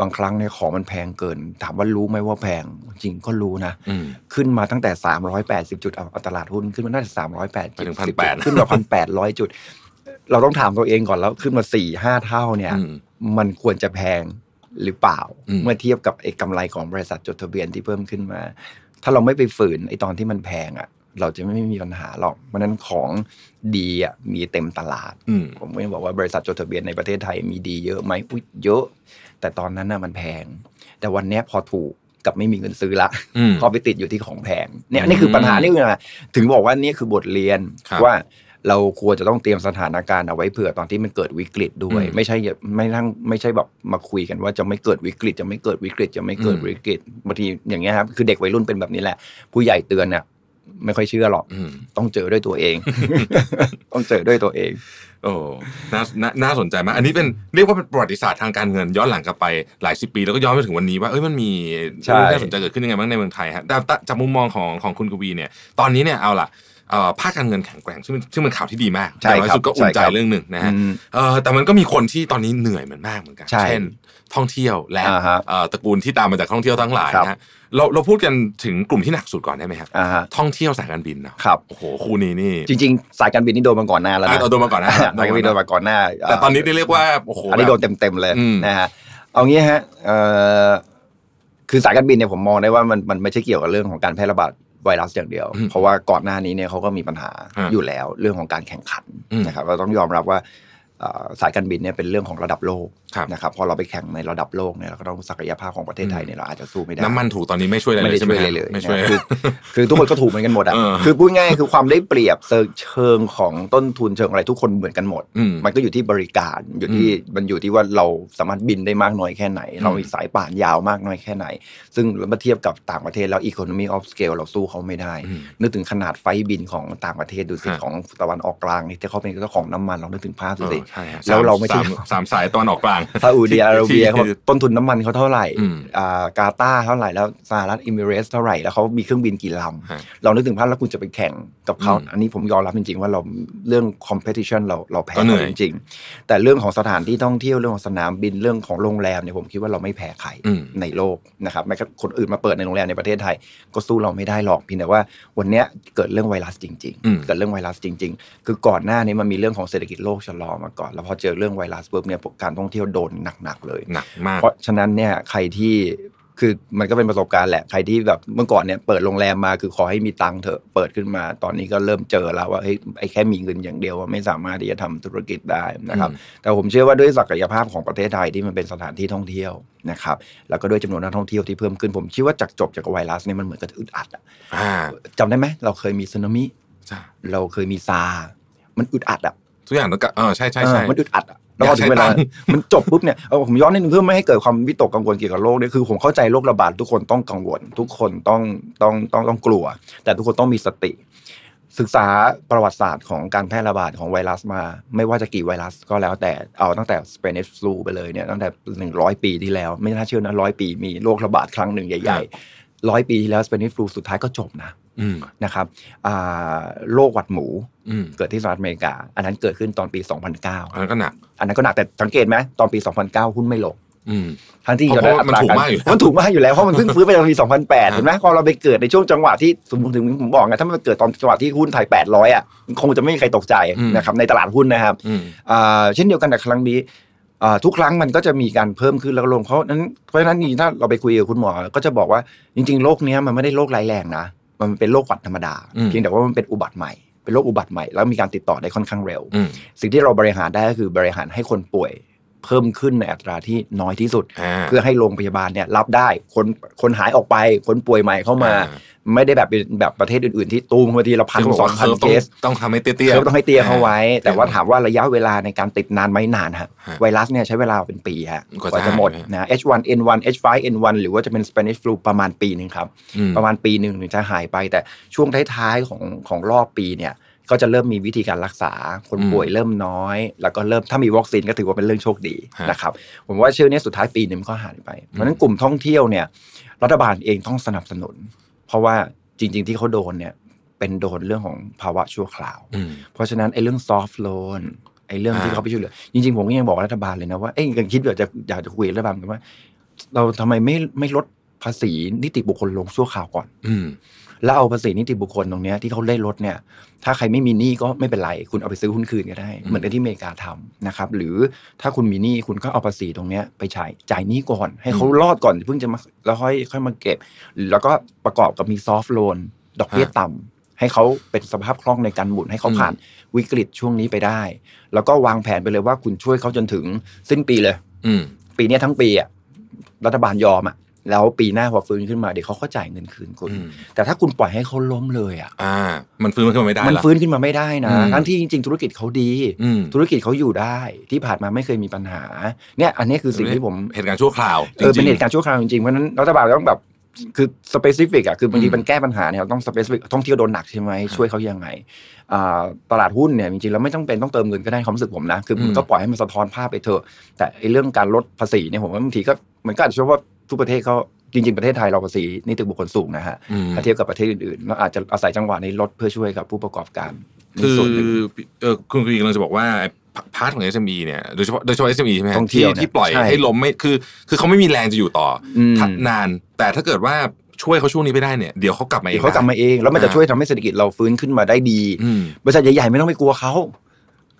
บางครั้งเนี่ยของมันแพงเกิน ถามว่ารู้ไหมว่าแพง จริงก็รู้นะ อืม ขึ้นมาตั้งแต่ 380 จุดเอาเอาตลาดหุ้นขึ้นมาน่าจะ308 ไปถึง จุด 1,800 ขึ้นมา 1,800 จุด เราต้องถามตัวเองก่อนแล้วขึ้นมา 4 5 เท่าเนี่ย อืม มันควรจะแพงหรือเปล่า อืม เมื่อเทียบกับไอ้กำไรของบริษัทจดทะเบียนที่เพิ่มขึ้นมา ถ้าเราไม่ไปฝืนไอ้ตอนที่มันแพงอะ่ะ เราจะไม่มีปัญหาหรอกเพราะฉะนั้นของดีอะ่ะมีเต็มตลาด อืม ผมไม่ได้บอกว่าบริษัทจดทะเบียนในประเทศไทยมีดีเยอะไหมอุ๊ยเยอะ แต่ตอนนั้นน่ะมันแพง แต่วันเนี้ยพอถูกกับไม่มีเงินซื้อละ อืม พอไปติดอยู่ที่ของแพงเนี่ยนี่คือปัญหา อืม นี่คือปัญหาถึงบอกว่านี่คือบทเรียน ครับ ว่าเราควรจะต้องเตรียมสถานการณ์เอาไว้เผื่อตอนที่มันเกิดวิกฤตด้วย อืม ไม่ใช่อย่าไม่ทั้งไม่ใช่แบบมาคุยกันว่าจะไม่เกิดวิกฤต จะไม่เกิดวิกฤตจะไม่เกิด อืม วิกฤตบางทีอย่างเงี้ยครับคือเด็กวัยรุ่นเป็นแบบนี้แหละ ผู้ใหญ่เตือนเนี่ยไม่ค่อยเชื่อหรอก อืม ต้องเจอด้วยตัวเอง ต้องเจอด้วยตัวเอง โอ้น่าน่าน่าสนใจมาก อันนี้เป็นเรียกว่าเป็นประวัติศาสตร์ทางการเงินย้อนหลังกลับไปหลายสิบปีแล้วก็ย้อนไปถึงวันนี้ว่าเอ้ยมันมี ใช่ เรื่องน่าสนใจเกิดขึ้นยังไงบ้างในเมืองไทยฮะแต่แต่จากมุมมองของของคุณกวีเนี่ย ตอนนี้เนี่ยเอาล่ะเอ่อภาคการเงินแข็งแกร่งซึ่งซึ่งเป็นข่าวที่ดีมากแต่างน้อยสุดก็อุ่นใจเรื่องหนึ่งนะฮะ อืม เอ่อแต่มันก็มีคนที่ตอนนี้เหนื่อยเหมือนมากเหมือนกัน ใช่ เช่น ท่องเที่ยวและ อ่าฮะ เอ่อตระกูลที่ตามมาจากท่องเที่ยวทั้งหลาย ครับ นะฮะเราเราพูดกันถึงกลุ่มที่หนักสุดก่อนได้ไหมครับ อ่าฮะ ท่องเที่ยวสายการบินเนาะ ครับ โอ้โหคู่นี้นี่ จริง ๆ สายการบินนี่โดนมาก่อนหน้าแล้ว อ่ะ นะ เอาโดนมาก่ อนนะ สายการบินโดนมาก่อนหน้า แต่ตอนนี้ได้เรียกว่าโอ้โห อันนี้ แบบ โดนเต็มๆเลย อืม นะฮะ เอางี้ฮะเอ่อคือสายการบินเนี่ยผมมองได้ว่ามันมันไม่ใช่เกี่ยวกับเรื่องของการแพร่ระบาดไวรัสอย่างเดียว อืม เพราะว่าก่อนหน้านี้เนี่ยเขาก็มีปัญหา ฮะ อยู่แล้วเรื่องของการแข่งขัน อืม นะครับเราต้องยอมรับว่าเอ่อสายการบินเนี่ยเป็นเรื่องของระดับโลก ครับ นะครับพอเราไปแข่งในระดับโลกเนี่ยเราก็ต้องศักยภาพของประเทศไทยเนี่ยเราอาจจะสู้ไม่ได้ น้ำมันถูกตอนนี้ไม่ช่วยอะไร ไม่ เลย ได้ ใช่ไหม ช่วย ฮะ เลยเลย ไม่ช่วย นะคือ คือทุกคนก็ถูกเหมือนกันหมดอ่ะ เออ คือพูดง่ายคือความได้เปรียบเชิงของต้นทุนเชิงอะไรทุกคนเหมือนกันหมด อืม มันก็อยู่ที่บริการอยู่ที่มันอยู่ที่ว่าเราสามารถบินได้มากน้อยแค่ไหน เรามีสายป่านยาวมากน้อยแค่ไหน ซึ่งเมื่อเทียบกับต่างประเทศแล้ว Economy of Scale เราสู้เขาไม่ได้ อืม นึกถึงขนาดไฟล์บินของต่างประเทศดูสิ ฮะ ของตะวันออกกลางนี่ที่เขาเป็นเจ้าของน้ำมันลองนึกถึงภาพดู เออ สิ ใช่ฮะ แล้วเราไม่ใช่ สส สามสายตอนออกกลาง ซาอุดิอาระเบียเขาบอ ที่ กต้นทุนน้ำมันเขาเท่าไหร่ อืม อ่ากาตาร์เท่าไหร่แล้วสหรัฐอิมิเรสเท่าไหร่แล้วเขามีเครื่องบินกี่ล ฮะ ำเรานึกถึงภาพแล้วคุณจะไปแข่งกับเขา อืม อันนี้ผมยอมรับจริงๆ ว่าเราเรื่อง competition เราเราแพ้ ก็เหนื่ เขา อย จริง ๆ แต่เรื่องของสถานที่ท่องเที่ยวเรื่องของสนามบินเรื่องของโรงแรมเนี่ยผมคิดว่าเราไม่แพ้ใคร อืม ในโลกนะครับแม้กระทั่งคนอื่นมาเปิดในโรงแรมในประเทศไทย ก็สู้เราไม่ได้หรอกเพียงแต่ว่าวันเนี้ยเกิดเรื่องไวรัสจริง อืม ๆ เกิดเรื่องไวรัสจริง ๆ คือก่อนหน้านี้มันมีเรื่องของเศรษฐกิจโลกชะลอมาก่อนแล้วพอเจอเรื่องไวรัสปุ๊บเนี่ยการท่องเที่ยวโดนหนักๆเลย หนักมาก เพราะฉะนั้นเนี่ยใครที่คือมันก็เป็นประสบการณ์แหละใครที่แบบเมื่อก่อนเนี่ยเปิดโรงแรมมาคือขอให้มีตังค์เถอะเปิดขึ้นมา ตอนนี้ก็เริ่มเจอแล้วว่าเฮ้ยไอ้แค่มีเงินอย่างเดียวว่าไม่สามารถที่จะทำธุรกิจได้นะครับ อืม แต่ผมเชื่อว่าด้วยศักยภาพของประเทศไทยที่มันเป็นสถานที่ท่องเที่ยวนะครับแล้วก็ด้วยจำนวนนักท่องเที่ยวที่เพิ่มขึ้นผมเชื่อว่าจากจบจากไวรัสเนี่ยมันเหมือนกับอึดอัดอะ อ่า จำได้ไหมเราเคยมีสึนามิ ใช่ เราเคยมีซาร์มันอึดอัดอะ ทุกอย่างต้องกลับเออใช่ใช่ใช่ เออมันอึดอัดอะ อยาก แล้วพอถึงเวลา ใช้ตังค์ มันจบปุ๊บเนี่ยเออผมย้อนนิดนึงเพื่อไม่ให้เกิดความวิตกกังวลเกี่ยวกับโรคเนี่ยคือผมเข้าใจโรคระบาดทุกคนต้องกังวล ทุกคนต้องต้องต้องต้องกลัว แต่ทุกคนต้องมีสติ ศึกษาประวัติศาสตร์ของการแพร่ระบาดของไวรัสมา ไม่ว่าจะกี่ไวรัสก็แล้วแต่เอาตั้งแต่สเปนิชฟลูไปเลยเนี่ยตั้งแต่ 100 ปีที่แล้ว ไม่น่าเชื่อนะร้อยปีมีโรคระบาดครั้งหนึ่งใหญ่ๆร้อยปีที่แล้วสเปนิชฟลูสุดท้ายก็จบนะ อืม นะครับอ่าโรคหวัดหมู อืม เกิดที่สหรัฐอเมริกา อันนั้นเกิดขึ้นตอนปีอ2009ันนั้นก็หนัก อันนั้นก็หนักแต่สังเกตไหมตอนปี 2009 หุ้นไม่ลง อืม ทั้งที่ เพราะ ยอด ว่ามัน อัต ถูกมากอยู่แล้ว มันถูกมากอยู่แล้ว เพราะมันเพิ่งฟื้นไปต อนปี 2008 อ่า เห็นไหมพอเราไปเกิดในช่วงจังหวะที่สมมติถึงผมบอกไงถ้ามันเกิดตอนจังหวะที่หุ้นไทย 800 อ่ะคงจะไม่มีใครตกใจนะครับในตลาดหุ้นนะครับ อืม อ่าเช่นเดียวกันแต่ครั้งนี้อ่าทุกครั้งมันก็จะมีการเพิ่มขึ้นแล้วก็ลงเพราะนั้นเพราะฉะนั้นนี่ถ้าเราไปคุยกับคุณหมอก็จะบอกว่าจริงๆโรคเนี้ยมันไม่ได้โรคร้ายแรงนะมันเป็นโรคหวัดธรรมดาเพียงแต่ว่ามันเป็นอุบัติใหม่เป็นโรคอุบัติใหม่แล้วมีการติดต่อได้ค่อนข้างเร็ว อืม สิ่งที่เราบริหารได้ก็คือบริหารให้คนป่วยเพิ่มขึ้นในอัตราที่น้อยที่สุด อ่า เพื่อให้โรงพยาบาลเนี่ยรับได้คนคนหายออกไป คนป่วยใหม่เข้ามา ไม่ได้แบบเป็นแบบประเทศอื่นๆ ที่ตูมมาทีละพัน ซึ่งบ ส ก อง ว่า พัน ร์ฟ เคส ต้องต้องทำให้เตี้ย เพิ่มต้องให้เตียเขาไว้ แต่ว่า เตี้ย ถามว่าระยะเวลาในการติดนานไหมนานฮะ ฮะ ไวรัสเนี่ยใช้เวลาเป็นปีฮะ กว่าจะ จะหมด หายไป นะ H1N1 H5N1 หรือว่าจะเป็น Spanish flu ประมาณปีหนึ่งครับ ๆอืม ประมาณปีหนึ่งถึงจะหายไป แต่ช่วงท้ายๆของของรอบปีเนี่ยก็จะเริ่มมีวิธีการรักษา คน อืม ป่วยเริ่มน้อย แล้วก็เริ่มถ้ามีวัคซีนก็ถือว่าเป็นเรื่องโชคดี ฮะ นะครับผมว่าเชื่อเนี้ยสุดท้ายปีหนึ่งมันก็หายไป เพราะฉะนั้นกลุ่มท่องเที่ยวเนี่ยรัฐบาลเองต้องสนับสนุน เพราะว่าจริง ๆ ที่เขาโดนเนี่ยเป็นโดนเรื่องของภาวะชั่วคราว อืม เพราะฉะนั้นไอ้เรื่องซอฟท์โลนไอ้เรื่องที่ อ่า เขาไปช่วยเหลือจริงๆ ผมก็ยังบอกรัฐบาลเลยนะว่าเอ้ยยังคิดอยากจะอยากจะคุยกับรัฐบาลเหมือนกันว่า เราทำไมไม่ไม่ลดภาษีนิติบุคคลลงชั่วคราวก่อน อืม แล้วเอาภาษีนิติบุคคลตรงเนี้ยที่เขาได้ลดเนี่ย ถ้าใครไม่มีหนี้ก็ไม่เป็นไร คุณเอาไปซื้อหุ้นคืนก็ได้ อืม เหมือนกับที่อเมริกาทำนะครับ หรือถ้าคุณมีหนี้คุณก็เอาภาษีตรงเนี้ยไปใช้จ่ายหนี้ก่อน ให้เขารอดก่อนเพิ่งจะมาแล้วค่อยค่อยมาเก็บ แล้วก็ประกอบกับมีซอฟท์โลนดอกเบี้ยต่ำให้เขาเป็นสภาพคล่องในการหมุนให้เขาผ่านวิกฤตช่วงนี้ไปได้ แล้วก็วางแผนไปเลยว่าคุณช่วยเขาจนถึงสิ้นปีเลย อืม ปีเนี้ยทั้งปีอ่ะรัฐบาลยอมอ่ะแล้วปีหน้าพอฟื้นขึ้นมาเดี๋ยวเขาก็จ่ายเงินคืนคุณ อืม แต่ถ้าคุณปล่อยให้เขาล้มเลยอ่ะ อ่า มันฟื้นมันขึ้นมาไม่ได้ มัน ละ ฟื้นขึ้นมาไม่ได้นะ อืม ทั้งที่จริงๆ ธุรกิจเขาดี อืม ธุรกิจเขาอยู่ได้ที่ผ่านมาไม่เคยมีปัญหา เนี่ยอันนี้คือสิ่งที่ผม เหตุการณ์ชั่วคราว เออ จ เป็น งๆ เหตุการณ์ชั่วคราวจริงๆ เพราะฉะนั้นรัฐบาลต้องแบบคือสเปซิฟิกอ่ะคือบางที อืม มันแก้ปัญหาเนี่ยเราต้องสเปซิฟิกท่องเที่ยวโดนหนักใช่ไหม ครับ ช่วยเขายังไงอ่าตลาดหุ้นเนี่ยจริงๆแล้วไม่ต้องเป็นต้องเติมเงินก็ได้ความรู้สึกผมนะคือมั อื น ม ก็ปล่อยให้มันสะท้อนภาพไปเถอะแต่ไอ้เรื่องการลดภาษีเนี่ยผมว่าบางทีก็มันก็อาจจะช่วยว่าทุกประเทศเขาจริง ๆประเทศไทยเราภาษีนิติบุคคลสูงนะฮะ อืม ถ้าเทียบกับประเทศอื่นๆเราอาจจะอาศัยจังหวะนี้ลดเพื่อช่วยกับผู้ประกอบการใน คือ ส่วนหนึ่ง เออคุณกีกำลังจะบอกว่าไอ้พาพาร์ทของ SME เนี่ยโดยเฉพาะโดยเฉพาะ SME ใช่ไหมฮะ ท่องเที่ ที่ ยวเนี่ย ที่ปล่อย ใช่ ให้ล้มไม่คือ คือเขาไม่มีแรงจะอยู่ต่อ อืม อนาน แต่ถ้าเกิดว่าช่วยเขาช่วงนี้ไปได้เนี่ยเดี๋ยวเขากลับมาเอ เดี๋ย ง วเขากลับมาเอง แล้วมันจะช่วยทำให้เศรษฐกิจเราฟื้นขึ้นมาได้ดี อืม บริษัทใหญ่ๆ ไม่ต้องไปกลัวเขา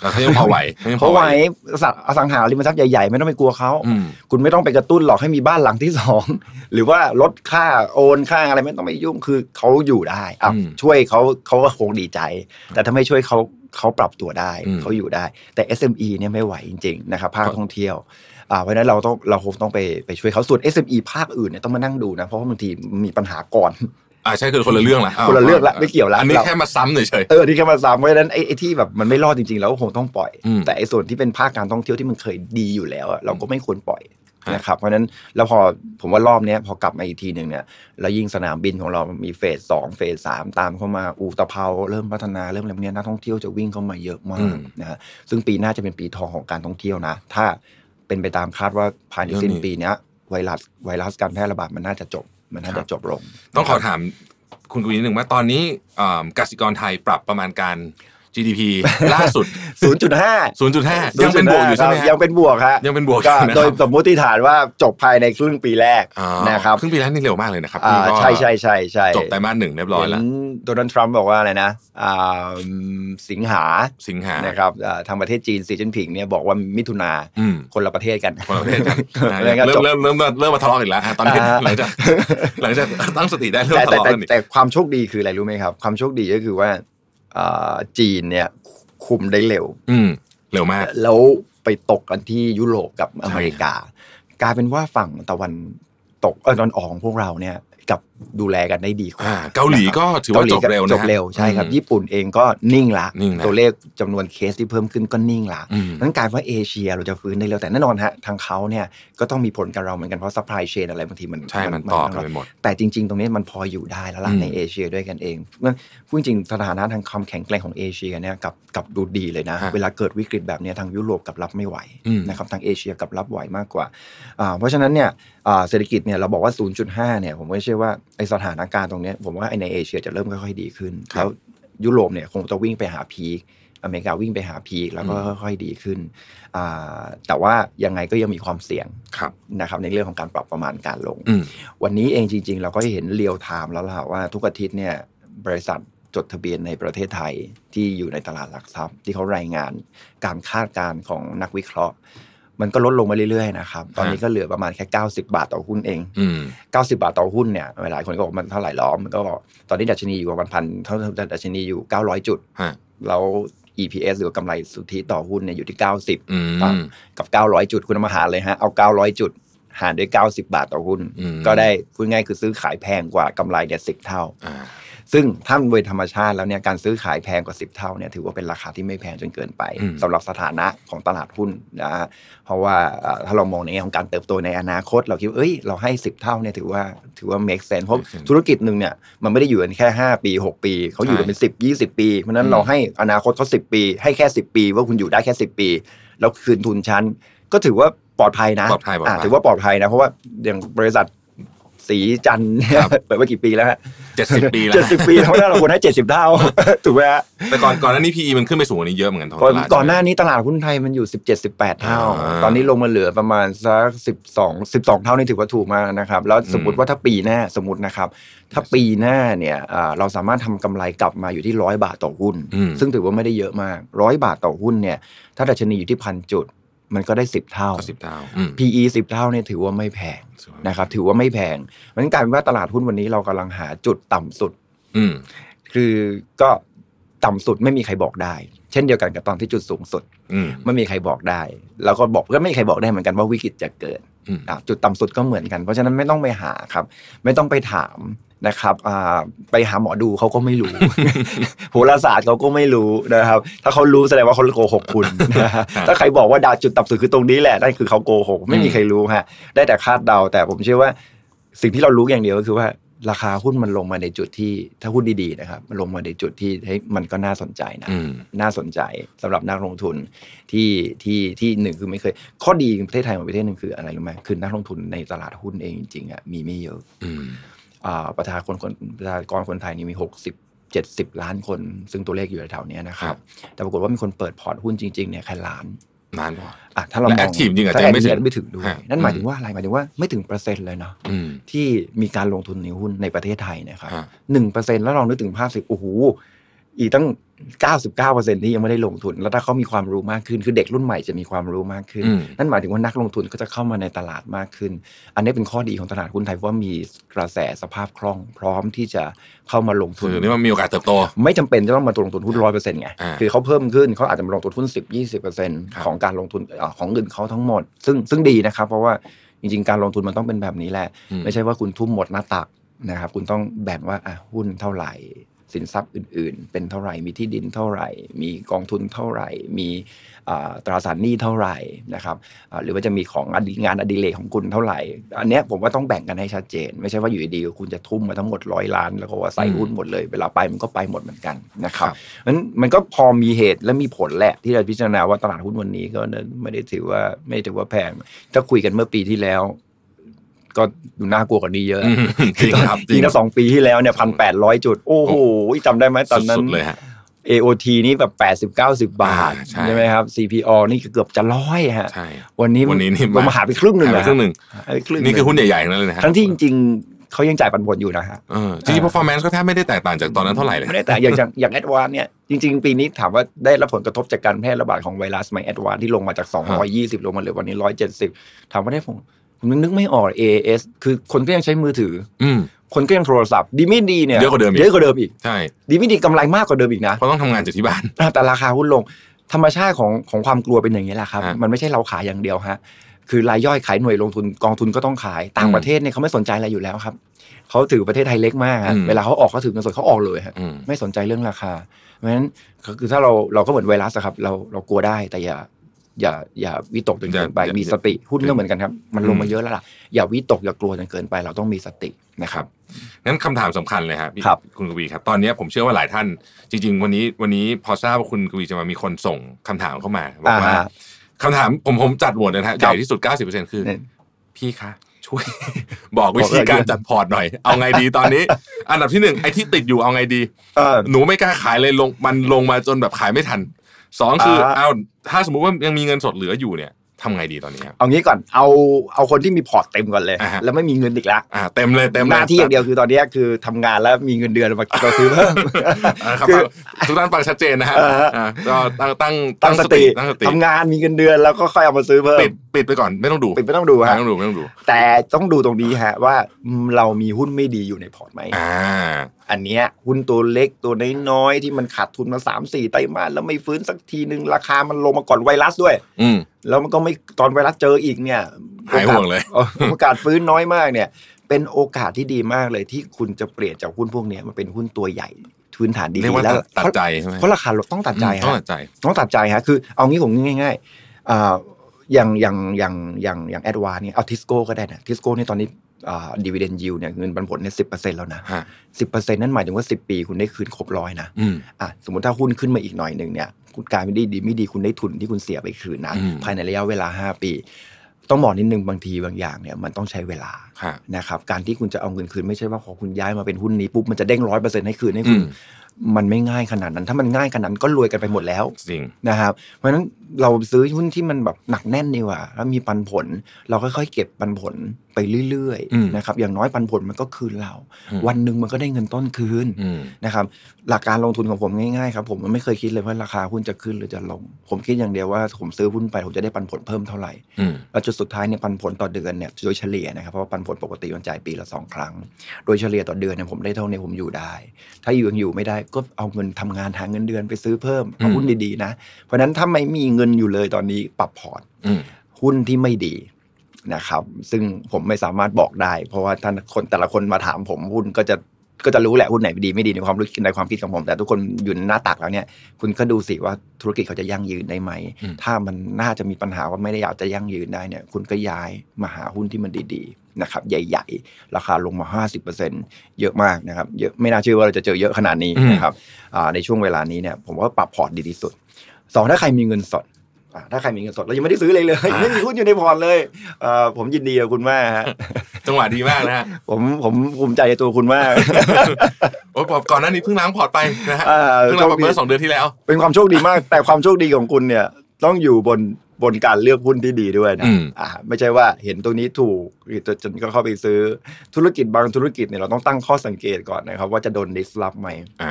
แล้วเขายัง พอไหวขยัง เพราะว่าไอ้สัตว์อสังหาริมทรัพย์ใหญ่ๆ ไม่ต้องไปกลัวเขา อืม คุณไม่ต้องไปกระตุ้นหรอกให้มีบ้านหลังที่สอง หรือว่าลดค่าโอนค่าอะไรไม่ต้องไปยุ่งคือเขาอยู่ได้อ่ะ อืม ช่วยเขาเขาก็คงดีใจ แต่ถ้าไม่ช่วยเขาเขาปรับตัวได้ อืม เขาอยู่ได้ แต่ SME เนี่ยไม่ไหวจริงๆนะครับภาคท่องเที่ยวอ่าเพราะฉะนั้นเราต้องเราคงต้องไปไปช่วยเขาส่วน SME ภาคอื่นเนี่ยต้องมานั่งดูนะ เพราะว่าบางทีมีปัญหาก่อน ่าใช่คือคนละเรื่องละาว คนละเรื่องละไม่เกี่ยวละ อันนี้ เรา แค่มาซ้ำเฉย เออที่แค่มาสามเพราะฉะนั้นไอ้ไอ้ที่แบบมันไม่รอดจริงๆ แล้วคงต้องปล่อย อืม แต่ไอ้ส่วนที่เป็นภาคการท่องเที่ยวที่มันเคยดีอยู่แล้วอะเราก็ไม่ควรปล่อย ฮะ นะครับเพราะฉะนั้นแล้วพอผมว่ารอบเนี้ยพอกลับมาอีกทีหนึ่งเนี่ยแล้วยิ่งสนามบินของเรามีเฟสสองเฟสสามตามเข้ามาอูตะเภาเริ่มพัฒนาเริ่มอะไรพวกเนี้ยนักท่องเที่ยวจะวิ่งเข้ามาเยอะมากนะฮะซึ่งปีหน้าจะเป็นปีทองของการท่องเที่ยวนะ ถ้าเป็นไปตามคาดว่าภายในสิ้นปีเนี้ยไวรัสไวรัสการแพร่ระบาดมันน่าจะจบ มันน่าจะจบลง ๆต้องขอถามคุณกวีนิดหนึ่งว่าตอนนี้อ่ากสิกรไทยปรับประมาณการ GDP ล่า สุด 0.5 0.5ยังเป็นบวกอยู่ใช่ไหมฮะ ยังเป็นบวกฮะ ยังเป็นบวกอ ก็ ยู่นะครับ โดยสมมติฐานว่าจบภายในครึ่งปีแรก อ๋อ นะครับ ครึ่งปีแรกนี่เร็วมากเลยนะครับ อ่า นี่ก็ ใช่ใช่ใช่ใช่ จบไตรมาสหนึ่งเรียบร้อย เห็น แล้ว โดนัลด์ทรัมป์บอกว่าอะไรนะอ่าสิงหา สิงหา นะครับอ่าทางประเทศจีนสีจิ้นผิงเนี่ยบอกว่ามิถุนา อืม คนละประเทศกัน คนละประเทศกันนะ แล้วก็ เริ่ จ ม บ เริ่มเริ่มเริ่มเริ่มมาทะเลาะกันอีกแล้วฮะตอนนี้ อ่า หลังจากหลังจากตั้งสติได้เริ่ม แต่ ทะ แต่ เลาะ แต่ กันอีก แต่ความโชคดีคืออะไรรู้ไหมครับ ความโชคดีก็คือว่าอ่าจีนเนี่ยคุมได้เร็ว อืมเร็วมาก แล้วไปตกกันที่ยุโรปกับอเมริกา กลายเป็นว่าฝั่งตะวันตกเออตะวันออกของพวกเราเนี่ย กับดูแลกันได้ดีกว่า อ่าเกาหลีก็ถือว่าจบเร็วนะ จ ฮะ บเร็วใช่ครับ อืม ญี่ปุ่นเองก็นิ่งละ นิ่งละ ตัวเลขจำนวนเคสที่เพิ่มขึ้นก็นิ่งละ อืม นั้นกลายว่าเอเชียเราจะฟื้นได้เร็วแต่แน่นอนฮะทางเขาเนี่ยก็ต้องมีผลกับเราเหมือนกันเพราะซัพพลายเชนอะไรบางทีมัน ใช่มันต่อกัน มั ไปหมด แต่จริง ๆ ตรงนี้มันพออยู่ได้แล้วล่ะ อืม ในเอเชียด้วยกันเองงั้นพูดจริงสถานะทางความแข็งแกร่งของเอเชียเนี่ยกับกับดูดีเลยนะ เวลาเกิดวิกฤตแบบเนี้ยทางยุโรปกับรับไม่ไหว อืม นะครับทางเอเชียกับรับไหวมากกว่าอ่าเพราะฉะนั้นเนี่ยอ่าเศรษฐกิจเนี่ยเราบอกว่า 0.5เนี่ยผมก็เชื่อว่าไอสถานการณ์ตรงเนี้ยผมว่าไอ้ในเอเชียจะเริ่มค่อยๆดีขึ้น ครับ แล้วยุโรปเนี่ยคงจะวิ่งไปหาพีคอเมริกาวิ่งไปหาพีคแล้วก็ค่อยๆดีขึ้น อ่าแต่ว่ายังไงก็ยังมีความเสี่ยง ครับ นะครับในเรื่องของการปรับประมาณการลง อืม วันนี้เองจริง ๆ เราก็เห็นเรียลไทม์แล้วล่ะว่าทุกอาทิตย์เนี่ยบริษัทจดทะเบียนในประเทศไทยที่อยู่ในตลาดหลักทรัพย์ ที่เขารายงานการคาดการณ์ของนักวิเคราะห์ มันก็ลดลงมาเรื่อยๆนะครับตอนนี้ก็เหลือประมาณแค่ 90 บาทต่อหุ้นเอง อืม 90 บาทต่อหุ้นเนี่ยหลายๆคนก็บอกมันเท่าไหร่ล้อมนก็บอกตอนนี้ดัชนีอยู่ประมาณพันเท่าดัชนีอยู่ 900 จุด ฮะ แล้ว EPS หรือกำไรสุทธิต่อหุ้นเนี่ยอยู่ที่ 90 อื อ่ะ ม กับ 900 จุดคุณเอามาหารเลยฮะ เอา 900 จุด หารด้วย 90 บาทต่อหุ้น อืม ก็ได้พูดง่ายคือซื้อขายแพงกว่ากำไรเนี่ยสิเท่า อ่า ซึ่งถ้าโดยธรรมชาติแล้วเนี่ยการซื้อขายแพงกว่า 10 เท่าเนี่ยถือว่าเป็นราคาที่ไม่แพงจนเกินไป อืม สำหรับสถานะของตลาดหุ้นนะฮะเพราะว่าเอ่อถ้าเรามองในแง่ของการเติบโตในอนาคต เราคิดว่าเอ้ยเราให้ 10 เท่าเนี่ยถือว่าถือว่า make sense เพราะธุรกิจหนึ่งเนี่ยมันไม่ได้อยู่กันแค่ 5 ปี 6 ปีเขาอยู่กันเป็น 10 20 ปี เพราะฉะนั้นเราให้อนาคตเขา10 ปี ให้แค่ 10 ปี ว่าคุณอยู่ได้แค่ 10 ปี แล้วคืนทุนชั้นก็ถือว่าปลอดภัยนะ ปลอดภัยปลอดภัย ะถือว่าปลอดภัยนะเพราะว่าอย่างบริษัทสีจันทร์เนี่ยเปิดมากี่ปีแล้วฮะ เจ็ดสิบปีแล้ว เจ็ด นะ สิบปีแล้วนะเราควรให้เจ็ดสิบเท่า ถูกไหมฮะ แต่ก่อนก่อนหน้านี้ PE มันขึ้นไปสูงกว่านี้เยอะเหมือนกันทั้ง ก่อน ตลาด ก่อนหน้านี้ตลาดหุ้นไทยมันอยู่สิบเจ็ดสิบแปดเท่า อ่า ตอนนี้ลงมาเหลือประมาณสักสิบสองสิบสองเท่านี่ถือว่าถูกมากนะครับ แล้วสมมติว่าถ้าปีหน้าสมมตินะครับ ถ้าปีหน้าเนี่ยอ่าเราสามารถทำกำไรกลับมาอยู่ที่ร้อยบาทต่อหุ้น อืม ซึ่งถือว่าไม่ได้เยอะมากร้อยบาทต่อหุ้นเนี่ย ถ้าดัชนีอยู่ที่พันจุด มันก็ได้สิบเท่า ก็สิบเท่าอืม PE สิบเท่าเนี่ยถือว่าไม่แพงนะครับ ถือว่าไม่แพงเพราะฉะนั้นกลายเป็นว่าตลาดหุ้นวันนี้เรากำลังหาจุดต่ำสุด อืม คือก็ต่ำสุดไม่มีใครบอกได้ เช่นเดียวกันกับตอนที่จุดสูงสุด อืม ไม่มีใครบอกได้ แล้วก็บอกก็ไม่มีใครบอกได้เหมือนกันว่าวิกฤตจะเกิด อืม อ่ะจุดต่ำสุดก็เหมือนกัน เพราะฉะนั้นไม่ต้องไปหาครับ ไม่ต้องไปถามนะครับอ่าไปหาหมอดูเขาก็ไม่รู้ โหราศาสตร์เขาก็ไม่รู้นะครับ ถ้าเขารู้แสดงว่าเขาโกหกคุณ นะฮะถ้าใครบอกว่าดาวจุดต่ำสุดคือตรงนี้แหละนั่นคือเขาโกหกไม่มีใครรู้ฮะได้แต่คาดเดา แต่ผมเชื่อว่า สิ่งที่เรารู้อย่างเดียวก็คือว่าราคาหุ้นมันลงมาในจุดที่ถ้าหุ้นดีๆนะครับมันลงมาในจุดที่เฮ้ยมันก็น่าสนใจนะ อืม น่าสนใจสำหรับนักลงทุนที่ที่ที่หนึ่งคือไม่เคย ข้อดีของประเทศไทยของประเทศหนึ่งคืออะไรรู้ไหมคือนักลงทุนในตลาดหุ้นเองจริงๆอ่ะมีไม่เยอะ อืม อ่าประชากรคนประชากรคนไทยนี่มี 60 70 ล้านคน ซึ่งตัวเลขอยู่แถวๆเนี้ยนะค ครั รับ บ แต่ปรากฏว่ามีคนเปิดพอร์ตหุ้นจริงๆเนี่ยแค่ล้าน นานกว่า อ่ะถ้าเรา และ มอง active จริงๆอาจจะ ถ้า ไม่ถึง active ไม่ถึงด้วย ฮะ นั่นหมาย อืม ถึงว่าอะไรหมายถึงว่าไม่ถึงเปอร์เซ็นต์เลยเนาะ อืม ที่มีการลงทุนในหุ้นในประเทศไทยนะครับ ฮะ หนึ่งเปอร์เซ็นแล้วลองนึกถึงภาพสิโอ้โหอีกตั้ง 99เปอร์เซ็นที่ยังไม่ได้ลงทุน แล้วถ้าเขามีความรู้มากขึ้น คือเด็กรุ่นใหม่จะมีความรู้มากขึ้น อืม นั่นหมายถึงว่านักลงทุนก็จะเข้ามาในตลาดมากขึ้น อันนี้เป็นข้อดีของตลาดหุ้นไทยเพราะว่ามีกระแสสภาพคล่อง พร้อมที่จะเข้ามาลงทุ คื น อนี่มันมีโอกาสเติบโต ไม่จำเป็นจะต้องมาลงทุนหุ้นร้อยเปอร์เซ็นต์ไง อ่า คือเขาเพิ่มขึ้นเขาอาจจะมาลงทุนหุ้นสิบยี่สิบเปอร์เซ็นต์ ครับ ของการลงทุนเอ่อของเงินเขาทั้งหมด ซึ่งซึ่งดีนะครับ เพราะว่าจริง ๆ การลงทุนมันต้องเป็นแบบนี้แหละ อืม ไม่ใช่ว่าคุณทุ่มหมดหน้าตักนะครับ คุณต้องแบ่งว่าอ่ะหุ้นเท่าไหร่ สินทรัพย์อื่น ๆ เป็นเท่าไหร่ มีที่ดินเท่าไหร่ มีกองทุนเท่าไหร่ มีอ่าตราสารหนี้เท่าไหร่นะครับอ่าหรือว่าจะมีของอดีงานอดิเรกของคุณเท่าไหร่ อันเนี้ยผมว่าต้องแบ่งกันให้ชัดเจน ไม่ใช่ว่าอยู่ดีๆคุณจะทุ่มมาทั้งหมดร้อยล้านแล้วก็ว่าใส่หุ้นหมดเลย เวลาไปมันก็ไปหมดเหมือนกันนะครับ นั้นมันก็พอมีเหตุและมีผลแหละที่เราพิจารณาว่าตลาดหุ้นวันนี้ก็ไม่ได้ถือว่าไม่ได้ถือว่าแพง ถ้าคุยกันเมื่อปีที่แล้ว ก็ดูน่ากลัวกว่านี้เยอะ อืมจริงครับจริ ปี ง ละสองปีที่แล้วเนี่ยพันแปดร้อยจุด โอ้โหจำได้ไหมตอนนั้น สุดๆเลยฮะ AOT นี่แบบแปดสิบเก้าสิบบาท อ่าใช่ ใช่ไหมครับ CPO นี่เกือบจะร้อยฮะ ใช่ วันนี้ วันนี้นี่ ลงมาหาไปครึ่งหนึ่ง หายไป อะ ครึ่งหนึ่ง หายไปครึ่งห นี่คือหุ้นใหญ่ๆทั้งนั้นเลยนะฮะ ทั้งที่จริงๆเขายังจ่ายปันผลอยู่นะฮะ เออจริงๆ performance ก็แทบไม่ได้แตกต่างจากตอนนั้นเท่าไหร่เลย ไม่ได้แต่อย่างอย่างอย่างแอดวานเนี่ยจริง ๆ ปีนี้ถามว่าได้รับผลกระทบจากการแพร่ระบาดของไวรัสไหมแอดวานที่ลงมาจาก 220 ลงมาเหลือวันนี้ 170 ถามว่าได้ผมผมยังนึกไม่ออก AAS คือคนก็ยังใช้มือถือ อืม คนก็ยังโทรศัพท์ ดีไม่ดีเนี่ย เยอะกว่าเดิมอีก เยอะกว่าเดิมอีก ใช่ ดีไม่ดีกำไรมากกว่าเดิมอีกนะ เพราะต้องทำงานจากที่บ้าน อ่ะแต่ราคาหุ้นลง ธรรมชาติของของความกลัวเป็นอย่างนี้แหละครับ ฮะ มันไม่ใช่เราขายอย่างเดียวฮะคือรายย่อยขายหน่วยลงทุนกองทุนก็ต้องขายต่าง อืม ประเทศเนี่ยเขาไม่สนใจอะไรอยู่แล้วครับ เขาถือประเทศไทยเล็กมากฮะ อืม เวลาเขาออกเขาถือเงินสดเขาออกเลยฮะ อืม ไม่สนใจเรื่องราคา เพราะฉะนั้นก็คือถ้าเราเราก็เหมือนไวรัสอะครับ เราเรากลัวได้แต่อย่า อย่าอย่าวิตกจนเกินไป อย่าอย่า มีสติหุ้นก็เหมือนกันครับ มันลง อื มาม เยอะแล้วล่ะอย่าวิตกอย่ากลัวจนเกินไป เราต้องมีสตินะครับ งั้นคำถามสำคัญเลยครับพี่ ครับ คุณกวีครับ ตอนนี้ผมเชื่อว่าหลายท่าน จริง ๆ วันนี้วันนี้พอทราบว่าคุณกวีจะมามีคนส่งคำถามเข้ามาบอกว่า อ่าฮะ คำถามผมผมจัดโหวตเลยนะฮะ ค ให รับ ญ่ที่สุด 90%คือ เนี่ย พี่คะช่วย บอกวิธี บอกเลย การจัดพอร์ตหน่อย เอาไงดีตอนนี้ อันดับที่หนึ่งไอ้ที่ติดอยู่เอาไงดี เออ หนูไม่กล้าขายเลยลงมันลงมาจนแบบขายไม่ทันสองคืออา เอาถ้าสมมุติว่ายังมีเงินสดเหลืออยู่เนี่ยทำไงดีตอนนี้ครับ เอางี้ก่อนเอาเอาคนที่มีพอร์ตเต็มก่อนเลย อ่าฮะ แล้วไม่มีเงินอีกละ อ่าเต็มเลยเต็มเลย หน้าที่อย่างเดียวคือตอนเนี้ยคือทำงานแล้วมีเงินเดือนมาเราซื้อเพิ่ม อ่าครับ คือ ทุกท่านฟังชัดเจนนะฮะอ่าก็ตั้งตั้ง ตั้งสติ ตั้งสติ ทำงานมีเงินเดือนแล้วก็ค่อยเอามาซื้อเพิ่ม ปิดปิดไปก่อนไม่ต้องดู ปิดไม่ต้องดูฮะ ไม่ต้องดูไม่ต้องดู แต่ต้องดูตรงนี้ฮะว่าอืมเรามีหุ้นไม่ดีอยู่ในพอร์ตไหม อ่า อันเนี้ยหุ้นตัวเล็กตัวน้อยๆที่มันขาดทุนมา3ามสี่ไตรมาสแล้วไม่ฟื้นสักทีนึงราคามันลงมาก่อนไวรัสด้วย อืม แล้วมันก็ไม่ตอนไวรัสเจออีกเนี่ย หายห่วงเลย โอกาสโอกาสฟื้นน้อยมากเนี่ย เป็นโอกาสที่ดีมากเลยที่คุณจะเปลี่ยนจากหุ้นพวกเนี้ยมาเป็นหุ้นตัวใหญ่พื้นฐานดี เรียกว่า ๆแล้ว ตัดตัดใจใช่ไหม เพราะราคาลดต้องตัดใจ อืมต้อง ฮะ ตัดใจ ต้องตัดใจฮะ คือเอางี้ผมง่ายๆอ่าอย่างอย่างอย่างอย่างอย่างแอดวานเนี่ยเอาทิสโก้ก็ได้นะทิสโก้เนี่ยตอนนี้ดีเวเดนยิวเนี่ยเงินปันผลเนี่ยสิบเปอร์เซ็นต์แล้วนะ ฮะ สิบเปอร์เซ็นต์นั่นหมายถึงว่าสิบปีคุณได้คืนครบร้อยนะ อืม อ่ะสมมติถ้าหุ้นขึ้นมาอีกหน่อยหนึ่งเนี่ยคุณกลายไม่ได้ดีไม่ดีคุณได้ทุนที่คุณเสียไปคืนนะ อืม ภายในระยะเวลาห้าปี ต้องบอกนิดนึงบางทีบางอย่างเนี่ยมันต้องใช้เวลา ค่ะ นะครับการที่คุณจะเอาเงินคืนไม่ใช่ว่าพอคุณย้ายมาเป็นหุ้นนี้ปุ๊บมันจะเด้งร้อยเปอร์เซ็นต์ให้คืนให้คุณ อืม มันไม่ง่ายขนาดนั้น ถ้ามันง่ายขนาดนั้นก็รวยกันไปหมดแล้ว จริง นะครับเพราะฉะนั้นเราซื้อหุ้นที่มันแบบหนักแน่นดีกว่าแล้วมีปันผล เราค่อยๆเก็บปันผลไปเรื่อย อืม ๆนะครับอย่างน้อยปันผลมันก็คืนเรา อืม วันหนึ่งมันก็ได้เงินต้นคืน อืม นะครับหลักการลงทุนของผมง่ายๆครับผมมันไม่เคยคิดเลยว่าราคาหุ้นจะขึ้นหรือจะลง ผมคิดอย่างเดียวว่าผมซื้อหุ้นไปผมจะได้ปันผลเพิ่มเท่าไหร่ อืม แล้วจุดสุดท้ายเนี่ยปันผลต่อเดือนเนี่ยโดยเฉลี่ยนะครับเพราะว่าปันผลปกติมันจ่ายปีละสองครั้ง โดยเฉลี่ยต่อเดือนเนี่ยผมได้เท่านี้ผมอยู่ได้ ถ้าอยู่ยังอยู่ไม่ได้ก็เอาเงินทำงานหาเงินเดือนไปซื้อเพิ่มเอาหุ้นดีๆนะ เพราะฉะนั้นถ้าไม่มีเงินอยู่เลยตอนนี้ปรับพอร์ต อืม หุ้นที่ไม่ดีนะครับ ซึ่งผมไม่สามารถบอกได้ เพราะว่าท่านคนแต่ละคนมาถามผมหุ้นก็จะก็จะรู้แหละหุ้นไหนดีไม่ดีในความรู้ในความคิดของผม แต่ทุกคนอยู่ในหน้าตักแล้วเนี่ย คุณก็ดูสิว่าธุรกิจเขาจะยั่งยืนได้ไหม อืม ถ้ามันน่าจะมีปัญหาว่าไม่ได้อยากจะยั่งยืนได้เนี่ย คุณก็ย้ายมาหาหุ้นที่มันดีๆนะครับ ใหญ่ ๆ ราคาลงมา 50%เยอะมากนะครับ เยอะไม่น่าเชื่อว่าเราจะเจอเยอะขนาดนี้นะครับอ่าในช่วงเวลานี้เนี่ยผมว่าปรับพอร์ตดีที่สุด สองถ้าใครมีเงินสดอ่าถ้าใครมีเงินสดเรายังไม่ได้ซื้อเลยเลย ไม่มีหุ้นอยู่ในพอร์ตเลยเอ่อผมยินดีกับคุณมากฮะ จังหวะดีมากนะฮะ ผมผมภูมิใจในตัวคุณมาก โอ้ยก่อนหน้านี้เพิ่งล้างพอร์ตไปนะฮะ เออ เพิ่งล้างพอร์ต โชคดี เมื่อสองเดือนที่แล้ว เป็นความโชคดีมาก แต่ความโชคดีของคุณเนี่ย ต้องอยู่บนบนการเลือกหุ้นที่ดีด้วยนะ อืม อ่าไม่ใช่ว่าเห็นตัวนี้ถูกจะจนก็เข้าไปซื้อธุรกิจบางธุรกิจเนี่ยเราต้องตั้งข้อสังเกตก่อนนะครับ ว่าจะโดนดิสลอฟไหม อ่า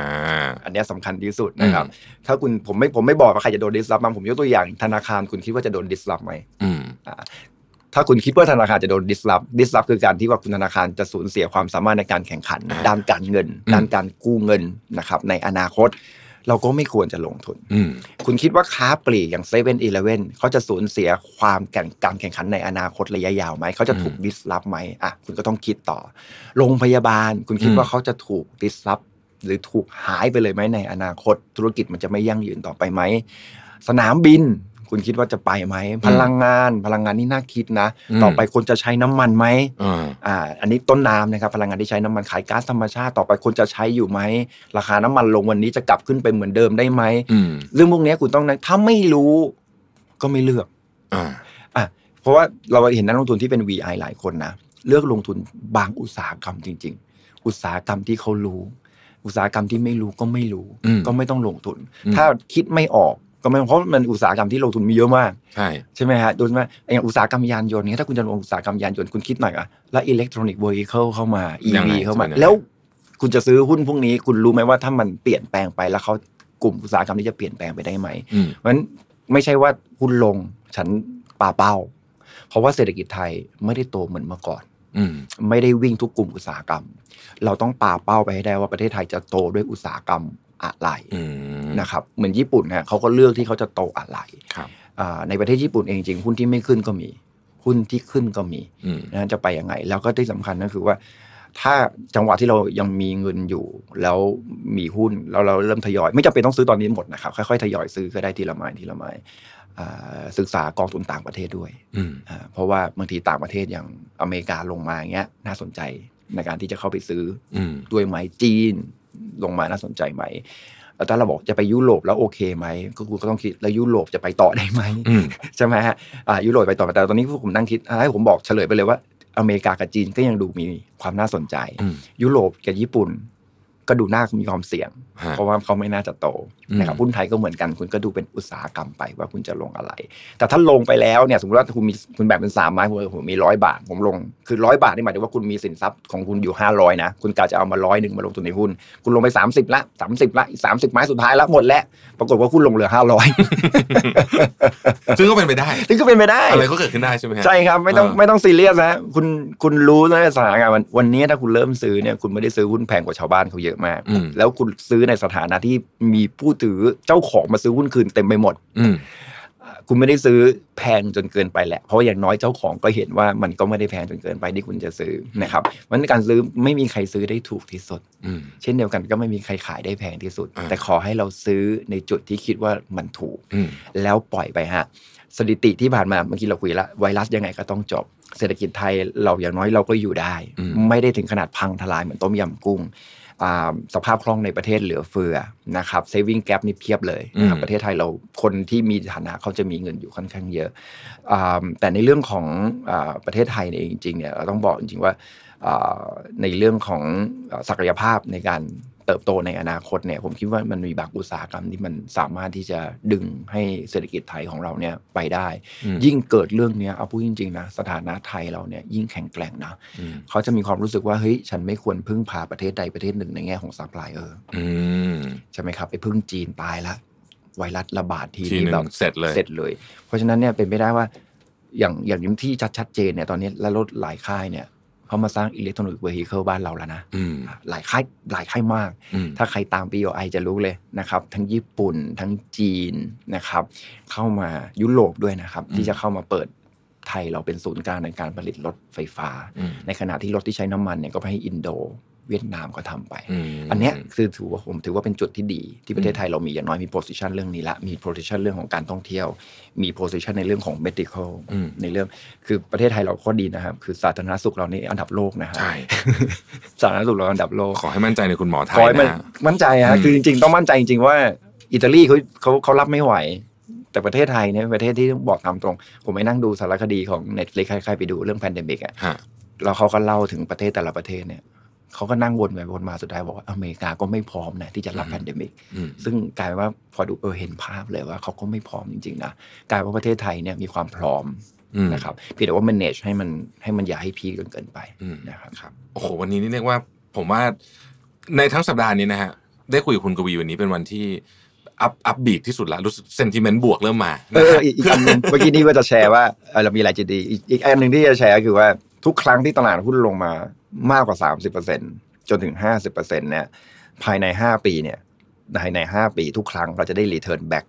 อันเนี้ยสำคัญที่สุดนะครับ ถ้าคุณผมไม่ผมไม่บอกว่าใครจะโดนดิสลอฟบ้างผมยกตัวอย่างธนาคารคุณคิดว่าจะโดนดิสลอฟไหม อืม ถ้าคุณคิดว่าธนาคารจะโดนดิสลอฟดิสลอฟคือการที่ว่าคุณธนาคารจะสูญเสียความสามารถในการแข่งขัน อ่า ด้านการเงิน อืม ด้านการกู้เงินนะครับในอนาคต เราก็ไม่ควรจะลงทุน อืม คุณคิดว่าค้าปลีกอย่างเซเว่นอีเลเวนเขาจะสูญเสียความแข่งการแข่งขันในอนาคตระยะยาวไหมเขาจะถูก อืม ดิสลอฟไหมอ่ะคุณก็ต้องคิดต่อ โรงพยาบาล คุณคิด อืม ว่าเขาจะถูกดิสลอฟหรือถูกหายไปเลยไหมในอนาคต ธุรกิจมันจะไม่ยั่งยืนต่อไปไหมสนามบิน คุณคิดว่าจะไปไหมพลังงาน พลังงานนี่น่าคิดนะ ต่อไปคนจะใช้น้ำมันไหม อ่า อ่า อันนี้ต้นน้ำนะครับพลังงานที่ใช้น้ำมันขายก๊าซธรรมชาติต่อไปคนจะใช้อยู่ไหมราคาน้ำมันลงวันนี้จะกลับขึ้นไปเหมือนเดิมได้ไหม อืม เรื่องพวกเนี้ยคุณต้องนะถ้าไม่รู้ก็ไม่เลือก อ่า เพราะว่าเราเห็นนักลงทุนที่เป็น VI หลายคนนะ เลือกลงทุนบางอุตสาหกรรมจริง ๆ อุตสาหกรรมที่เขารู้ อุตสาหกรรมที่ไม่รู้ก็ไม่รู้ อืม ก็ไม่ต้องลงทุน อืม ถ้าคิดไม่ออกก็ไม่ต้องเพราะมันอุตสาหกรรมที่ลงทุนมีเยอะมาก ใช่ ใช่ไหมฮะโดยเฉพาะอย่างอุตสาหกรรมยานยนต์เนี่ยถ้าคุณจะลงอุตสาหกรรมยานยนต์คุณคิดหน่อยอะแล้วอิเล็กทรอนิกส์ e ว i เคิลเข้ามา ยัง EV ไง เข้ามา จะเป็นยังไง แล้วคุณจะซื้อหุ้นพวกนี้ คุณรู้ไหมว่าถ้ามันเปลี่ยนแปลงไปแล้วเขากลุ่มอุตสาหกรรมนี้จะเปลี่ยนแปลงไปได้ไหม อืม เพราะฉะนั้นไม่ใช่ว่าหุ้นลงฉันป่าเป้า เพราะว่าเศรษฐกิจไทยไม่ได้โตเหมือนเมื่อก่อน อืม ไม่ได้วิ่งทุกกลุ่มอุตสาหกรรม เราต้องป่าเป้าไปให้ได้ว่าประเทศไทยจะโตด้วยอุตสาหกรรมอะไร อืม นะครับเหมือนญี่ปุ่นฮะเขาก็เลือกที่เขาจะโตอะไร ครับ อ่าในประเทศญี่ปุ่นเองจริงๆหุ้นที่ไม่ขึ้นก็มี หุ้นที่ขึ้นก็มี อืม นะจะไปยังไง แล้วก็ที่สำคัญก็คือว่า ถ้าจังหวะที่เรายังมีเงินอยู่ แล้วมีหุ้นแล้วเราเริ่มทยอย ไม่จำเป็นต้องซื้อตอนนี้หมดนะครับค่อยๆทยอยซื้อก็ได้ทีละไม้ทีละไม้อ่าศึกษากองทุนต่างประเทศด้วย อืม อ่าเพราะว่าบางทีต่างประเทศอย่างอเมริกาลงมาอย่างเงี้ยน่าสนใจในการที่จะเข้าไปซื้อ อืม ด้วยไหมจีนลงมาน่าสนใจไหมแล้วถ้าเราบอกจะไปยุโรปแล้วโอเคไหมก็คุณก็ต้องคิดแล้วยุโรปจะไปต่อได้ไหม อืม ใช่ไหมฮะอ่ายุโรปไปต่อแต่ตอนนี้พวกผมนั่งคิดอ่าให้ผมบอกเฉลยไปเลยว่า อเมริกากับจีนก็ยังดูมีความน่าสนใจ อืม ยุโรปกับญี่ปุ่น ก็ดูน่ามีความเสี่ยง ฮะ เพราะว่าเขาไม่น่าจะโต อืม นะครับหุ้นไทยก็เหมือนกันคุณก็ดูเป็นอุตสาหกรรมไปว่าคุณจะลงอะไร แต่ถ้าลงไปแล้วเนี่ยสมมติว่าคุณมีคุณแบ่งเป็นสามไม้ผมผมมีร้อยบาท ผมลงคือร้อยบาทนี่หมายถึงว่าคุณมีสินทรัพย์ของคุณอยู่ห้าร้อยนะคุณกะจะเอามาร้อยหนึ่งมาลงทุนในหุ้น คุณลงไปสามสิบละสามสิบละอีกสามสิบไม้สุดท้ายละหมดแล้วปรากฏว่าคุณลงเหลือห้าร้อย ซึ่งก็เป็นไปได้ นี่ก็เป็นไปได้ อะไรก็เกิดขึ้นได้ใช่ไหมฮะ ใช่ครับไม่ต้อง เออ ไม่ต้องซีเรียสนะคุณคุณรู้นะสถานการณ์วันวันนี้ถ้าคุณเริ่มซื้อเนี่ยคุณไม่ได้ซื้อหุ้นแพงกว่าชาวบ้านเขาเยอะมาก อืม แล้วคุณซื้อในสถานะที่มีผู้ถือเจ้าของมาซื้อหุ้นคืนเต็มไปหมด อืม คุณไม่ได้ซื้อแพงจนเกินไปแหละ เพราะว่าอย่างน้อยเจ้าของก็เห็นว่ามันก็ไม่ได้แพงจนเกินไปที่คุณจะซื้อนะครับมันการซื้อไม่มีใครซื้อได้ถูกที่สุด อืม เช่นเดียวกันก็ไม่มีใครขายได้แพงที่สุด อ่า แต่ขอให้เราซื้อในจุดที่คิดว่ามันถูก อืม แล้วปล่อยไปฮะสถิติที่ผ่านมาเมื่อกี้เราคุยละไวรัสยังไงก็ต้องจบ เศรษฐกิจไทยเราอย่างน้อยเราก็อยู่ได้ ไม่ได้ถึงขนาดพังทลายเหมือนต้มยำกุ้งอ่าสภาพคล่องในประเทศเหลือเฟือนะครับเซฟิงแก p นี่เพียบเลยนะครับประเทศไทยเราคนที่มีฐานะเขาจะมีเงินอยู่ค่อนข้างเยอะอาแต่ในเรื่องของอาประเทศไทยเนี่ยเองจริงๆเนี่ยเราต้องบอกจริงๆว่า อ่าในเรื่องของอ่าศักยภาพในการเติบโตในอนาคตเนี่ยผมคิดว่ามันมีบางอุตสาหกรรมที่มันสามารถที่จะดึงให้เศรษฐกิจไทยของเราเนี่ยไปได้ อืม ยิ่งเกิดเรื่องเนี้ยเอาพูดจริงๆนะสถานะไทยเราเนี่ยยิ่งแข็งแกร่งนะ อืม เขาจะมีความรู้สึกว่าเฮ้ยฉันไม่ควรพึ่งพาประเทศใดประเทศหนึ่งในแง่ของซัพพลายเออร์ อืม ใช่ไหมครับไปพึ่งจีนตายละไวรัสระบาดที ทีหนึ่ แบ ง บ เสร็จเลย เสร็จเลย เพราะฉะนั้นเนี่ยเป็นไม่ได้ว่าอย่างอย่างที่ชัดชัดเจนเนี่ยตอนนี้และรถหลายค่ายเนี่ยเขามาสร้างอิเล็กทรอนิกส์เว i ิเคิลบ้านเราแล้วนะ อืม หลายค่ายหลายค่ายมาก อืม ถ้าใครตาม BOI จะรู้เลยนะครับ ทั้งญี่ปุ่นทั้งจีนนะครับ เข้ามายุโรปด้วยนะครับ ที่จะเข้ามาเปิดไทยเราเป็นศูนย์กลางในการผลิตรถไฟฟ้า อืม ในขณะที่รถที่ใช้น้ำมันเนี่ยก็ไปให้อินโดเวียดนามก็ทำไป ม อันเนี้ยคือถือว่าผมถือว่าเป็นจุดที่ดี ที่ประเทศไทยเรามีอย่างน้อยมีโพสิชันเรื่องนี้ละ มีโพสิชันเรื่องของการท่องเที่ยว มีโพสิชันในเรื่องของ medical อืม ในเรื่องคือประเทศไทยเราก็ดีนะครับ คือสาธารณสุขเรานี่อันดับโลกนะฮะ ใช่ สาธารณสุขเราอันดับโลก ขอให้มั่นใจในคุณหมอไท ขอย ให้มัน นะฮะ มั่นใจฮะ อืม คือจริงๆ ต้องมั่นใจจริงๆว่าอิตาลีเขาเขาเขารับไม่ไหว แต่ประเทศไทยเนี่ยเป็นประเทศที่ต้องบอกตามตรง ผมไปนั่งดูสารคดีของ Netflix ใครๆไปดูเรื่อง pandemic อะ ฮะ แล้วเขาก็เล่าถึงประเทศแต่ละประเทศเนี่ยเขาก็นั่งวนไปวนมาสุดท้ายบอกว่าอเมริกาก็ไม่พร้อมนะที่จะรับ อืม แพนเดมิก อืม ซึ่งกลายเป็นว่าพอดูเออเห็นภาพเลยว่าเขาก็ไม่พร้อมจริงๆนะกลายเป็นว่าประเทศไทยเนี่ยมีความพร้อม อืม นะครับเพียงแต่ว่า manage ให้มันให้มันอย่าให้พีคจนเกินไป อืม นะครับ ครับโอ้โหวันนี้นี่เรียกว่าผมว่าในทั้งสัปดาห์นี้นะฮะได้คุยกับคุณกวีวันนี้เป็นวันที่อัพอัพบีทที่สุดละรู้สึกเซนติเมนต์บวกเริ่มมา เอ นะ อ ฮะ อีกอีกอันหนึง เมื่อกี้นี้ว่าจะแชร์ว่าเอ่อเรามีอะไรจะดีอีกอีกอันหนึ่งที่จะแชร์ก็คือว่าทุกครั้งที่ตลาดหุ้นลงมามากกว่า 30%จนถึง 50%เนี่ยภายใน 5 ปีเนี่ยภายใน 5 ปีทุกครั้งเราจะได้ return back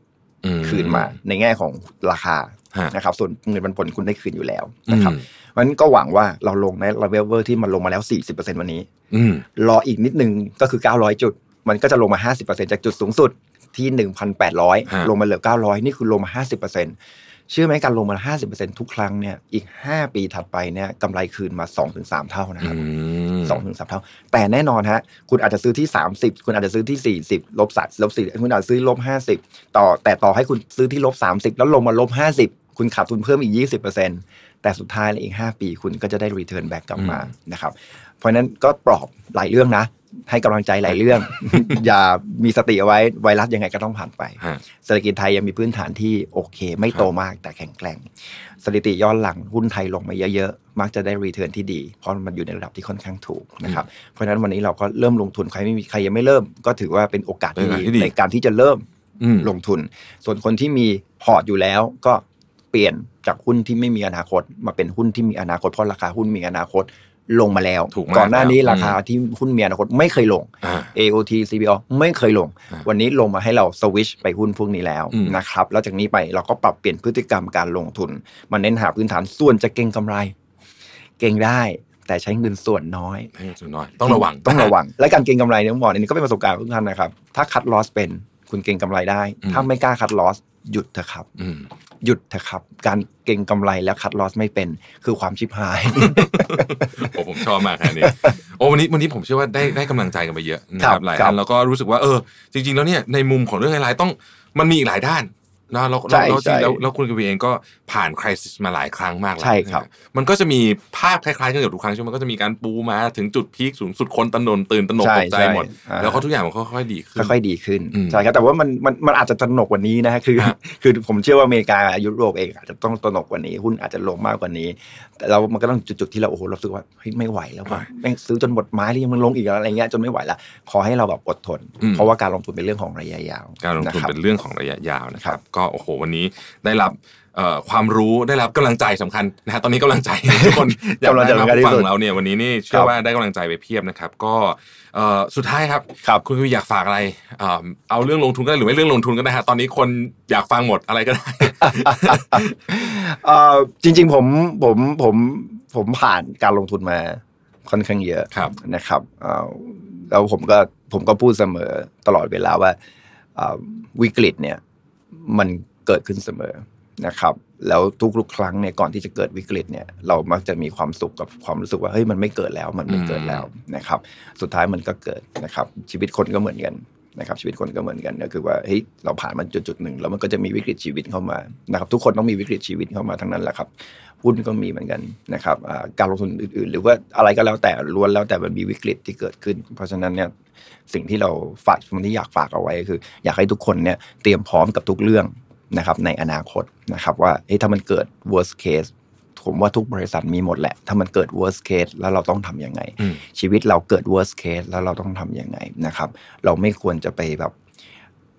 ม คืนมาในแง่ของราคา ฮะ นะครับส่วนเงินปันผลคุณได้คืนอยู่แล้ว อื นะ ม ครับเพราะฉะนั้นก็หวังว่าเราลงในระเวลเวอร์ที่มันลงมาแล้ว 40%วันนี้ อืม รออีกนิดนึงก็คือ 900 จุด มันก็จะลงมา 50%จากจุดสูงสุดที่ 1,800 ลงมาเหลือ 900 นี่คือลงมา 50%เชื่อไหมการลงมา 50%ทุกครั้งเนี่ยอีก 5 ปีถัดไปเนี่ยกำไรคืนมา 2-3 เท่านะ อื ครับ ม สองถึงสามเท่า แต่แน่นอนฮะ คุณอาจจะซื้อที่สามสิบคุณอาจจะซื้อที่สี่สิบลบสามลบสี่คุณอาจจะซื้อลบห้าสิบต่อแต่ต่อให้คุณซื้อที่ลบสามสิบแล้วลงมาลบห้าสิบคุณขาดทุนเพิ่มอีกยี่สิบเปอร์เซ็นต์แต่สุดท้ายแล้วอีกห้าปีคุณก็จะได้รีเทิร์นแบ็กกลับมานะครับ เพราะฉะนั้นก็ปลอบหลายเรื่องนะ ให้กำลังใจหลายเรื่อง อย่ามีสติเอาไว้ไวรัสยังไงก็ต้องผ่านไป ฮะ เศรษฐกิจไทยยังมีพื้นฐานที่โอเค ไม่โตมากแต่แข็งแกร่งสถิติย้อนหลังหุ้นไทยลงมาเยอะๆ มักจะได้รีเทิร์นที่ดี เพราะมันอยู่ในระดับที่ค่อนข้างถูกนะครับเพราะฉะนั้นวันนี้เราก็เริ่มลงทุนใครไม่มีใครยังไม่เริ่ม ก็ถือว่าเป็นโอกาสที่ดีในการที่จะเริ่ม อืม ลงทุน ส่วนคนที่มีพอร์ตอยู่แล้วก็เปลี่ยนจากหุ้นที่ไม่มีอนาคต มาเป็นหุ้นที่มีอนาคตเพราะราคาหุ้นมีอนาคตลงมาแล้ว ถูกมาก ก่อนหน้านี้ แล้ว ราคาที่หุ้นมีอนาคตไม่เคยลง อ่า AOT CBO ไม่เคยลง อ่า วันนี้ลงมาให้เราสวิชไปหุ้นพวกนี้แล้ว อืม นะครับ แล้วจากนี้ไปเราก็ปรับเปลี่ยนพฤติกรรมการลงทุน มันเน้นหาพื้นฐานส่วนจะเก่งกำไร เก่งได้ แ แต่ใช้เงินส่วนน้อย ให้ส่วนน้อยต้องระวัง ต้องระวัง และการเก็งกำไรเนี่ยผมบอกอันนี้ก็เป็นประสบการณ์ของทุกท่านนะครับ ถ้าคัดลอสเป็นคุณเก็งกำไรได้ อืม ถ้าไม่กล้าคัดลอสหยุดเถอะครับ อืม หยุดเถอะครับ การเก็งกำไรแล้วคัดลอสไม่เป็น คือความชิบหาย โอ้ผมชอบมากฮะนี่โอ้วันนี้วันนี้ผมเชื่อว่าได้ได้กำลังใจกันไปเยอะนะค ครั รับบ หลาย ครับ ท่านแล้วก็รู้สึกว่าเออ จริง ๆ แล้วเนี่ยในมุมของเรื่องร้ายๆต้องมันมีอีกหลายด้านนะเรา ใช่ เราเราจริงๆ ใช่ แล้วแล้วคุณกวีเองก็ผ่านคริสมาหลายครั้งมากแล้ว ใช่ครับ นะมันก็จะมีภาพคล้ายๆกันกับทุกครั้งใช่ไหมมันก็จะมีการปูมาถึงจุดพีคสูงสุดคนตะนนตื่นตระหนกตกใจหมด อ่า แล้วก็ทุกอย่างมันค่อยๆดีขึ้น ค่อยๆดีขึ้น อืม ใช่ครับแต่ว่ามันมันมันอาจจะตระหนกกว่านี้นะฮะคือ ฮะ คือผมเชื่อว่าอเมริกายุโรปเองอาจจะต้องตระหนกกว่านี้หุ้นอาจจะลงมากกว่านี้ แต่เรามันก็ต้องจุดๆที่เราโอ้โหเรารู้สึกว่าเฮ้ยไม่ไหวแล้วว่ะแม่งซื้อจนหมดไม้แล้วยังมันลงอีกแล้วอะไรเงี้ยจนไม่ไหวละขอให้เราแบบอดทน เพราะว่าการลงทุนเป็นเรื่องของระยะยาว การลงทุน นะคบ เป็นเรื่องของระยะยาวนะครั ครับ บ ก็โอ้โหวันนี้ได้รับเอ่อความรู้ได้รับกำลังใจสำคัญนะฮะตอนนี้กำลังใจ ทุกคนอยาก กำลังใจ ได้มา สำคัญที่ ฟั สุด งเราเนี่ยวันนี้นี่เชื่ ค อ รับ ว่าได้กำลังใจไปเพียบนะครับ ก็เอ่อสุดท้ายครับ ครับ คุณคุยอยากฝากอะไรเอ่อเอาเรื่องลงทุนก็ได้หรือไม่เรื่องลงทุนก็ได้ฮะตอนนี้คนอยากฟังหมดอะไรก็ได้ เอ่อจริงๆผมผมผมผมผ่านการลงทุนมาค่อนข้างเยอะ ครับ นะครับเอ่อแล้วผมก็ผมก็พูดเสมอตลอดเวลาว่าเอ่อวิกฤตเนี่ยมันเกิดขึ้นเสมอนะครับ แล้วทุกๆครั้งเนี่ยก่อนที่จะเกิดวิกฤตเนี่ยเรามักจะมีความสุขกับความรู้สึกว่าเฮ้ยมันไม่เกิดแล้วมันไม่เกิดแล้วนะครับ สุดท้ายมันก็เกิดนะครับ ชีวิตคนก็เหมือนกัน นะครับชีวิตคนก็เหมือนกันก็คือว่าเฮ้ยเราผ่านมันจุดจุดๆหนึ่งแล้วมันก็จะมีวิกฤตชีวิตเข้ามานะครับทุกคนต้องมีวิกฤตชีวิตเข้ามาทั้งนั้นแหละครับหุ้นก็มีเหมือนกันนะครับอ่าการลงทุนอื่นๆ หรือว่าอะไรก็แล้วแต่ล้วนแล้วแต่มันมีวิกฤตที่เกิดขึ้น เพราะฉะนั้นเนี่ยสิ่งที่เราฝากสิ่งที่อยากฝากเอาไว้ก็คือ อยากให้ทุกคนเนี่ยเตรียมพร้อมกับทุกเรื่องนะครับในอนาคตนะครับว่าเฮ้ยถ้ามันเกิด worst case ผมว่าทุกบริษัทมีหมดแหละ ถ้ามันเกิด worst case แล้วเราต้องทำยังไง อืม ชีวิตเราเกิด worst case แล้วเราต้องทำยังไงนะครับ เราไม่ควรจะไปแบบ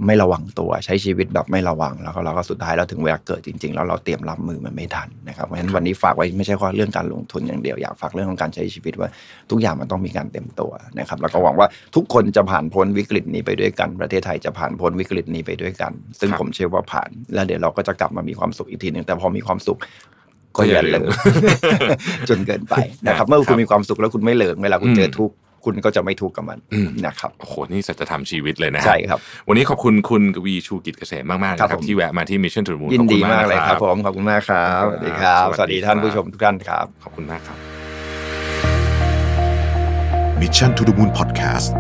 ไม่ระวังตัวใช้ชีวิตแบบไม่ระวังแล้วก็เราก็สุดท้ายเราถึงเวลาเกิดจริง ๆ แล้วเราเตรียมรับมือมันไม่ทันนะครับเพราะฉะนั้นวันนี้ฝากไว้ไม่ใช่แค่เรื่องการลงทุนอย่างเดียวอยากฝากเรื่องของการใช้ชีวิตว่าทุกอย่างมันต้องมีการเต็มตัวนะครับแล้วก็หวังว่าทุกคนจะผ่านพ้นวิกฤตนี้ไปด้วยกัน ประเทศไทยจะผ่านพ้นวิกฤตนี้ไปด้วยกัน ซึ่ง ครับ ผมเชื่อว่าผ่าน แล้วเดี๋ยวเราก็จะกลับมามีความสุขอีกทีหนึ่งแต่พอมีความสุขก็อย่าเลิก จนเกินไปนะครับ เมื่อคุณมีความสุขแล้วคุณไม่เหลิงเวลาคุณเจอทุกข์คุณก็จะไม่ทุกข์กับมัน อืม นะครับ โอ้โหนี่สัจธรรมชีวิตเลยนะฮะ ใช่ครับ วันนี้ขอบคุณคุณกวีชูกิจเกษมมากๆนะค ครั รับบ ผม ที่แวะมาที่ Mission to the Moon ยิน ขอบคุ ดี ณ มากเลย นะ ครับผมขอบคุณมากครับสวัสดีครับ ส ส วั วั ส ส ดี ดี ครับ ท่านผู้ชมทุกท่านครับ ขอบคุณมากครับ Mission to the Moon Podcast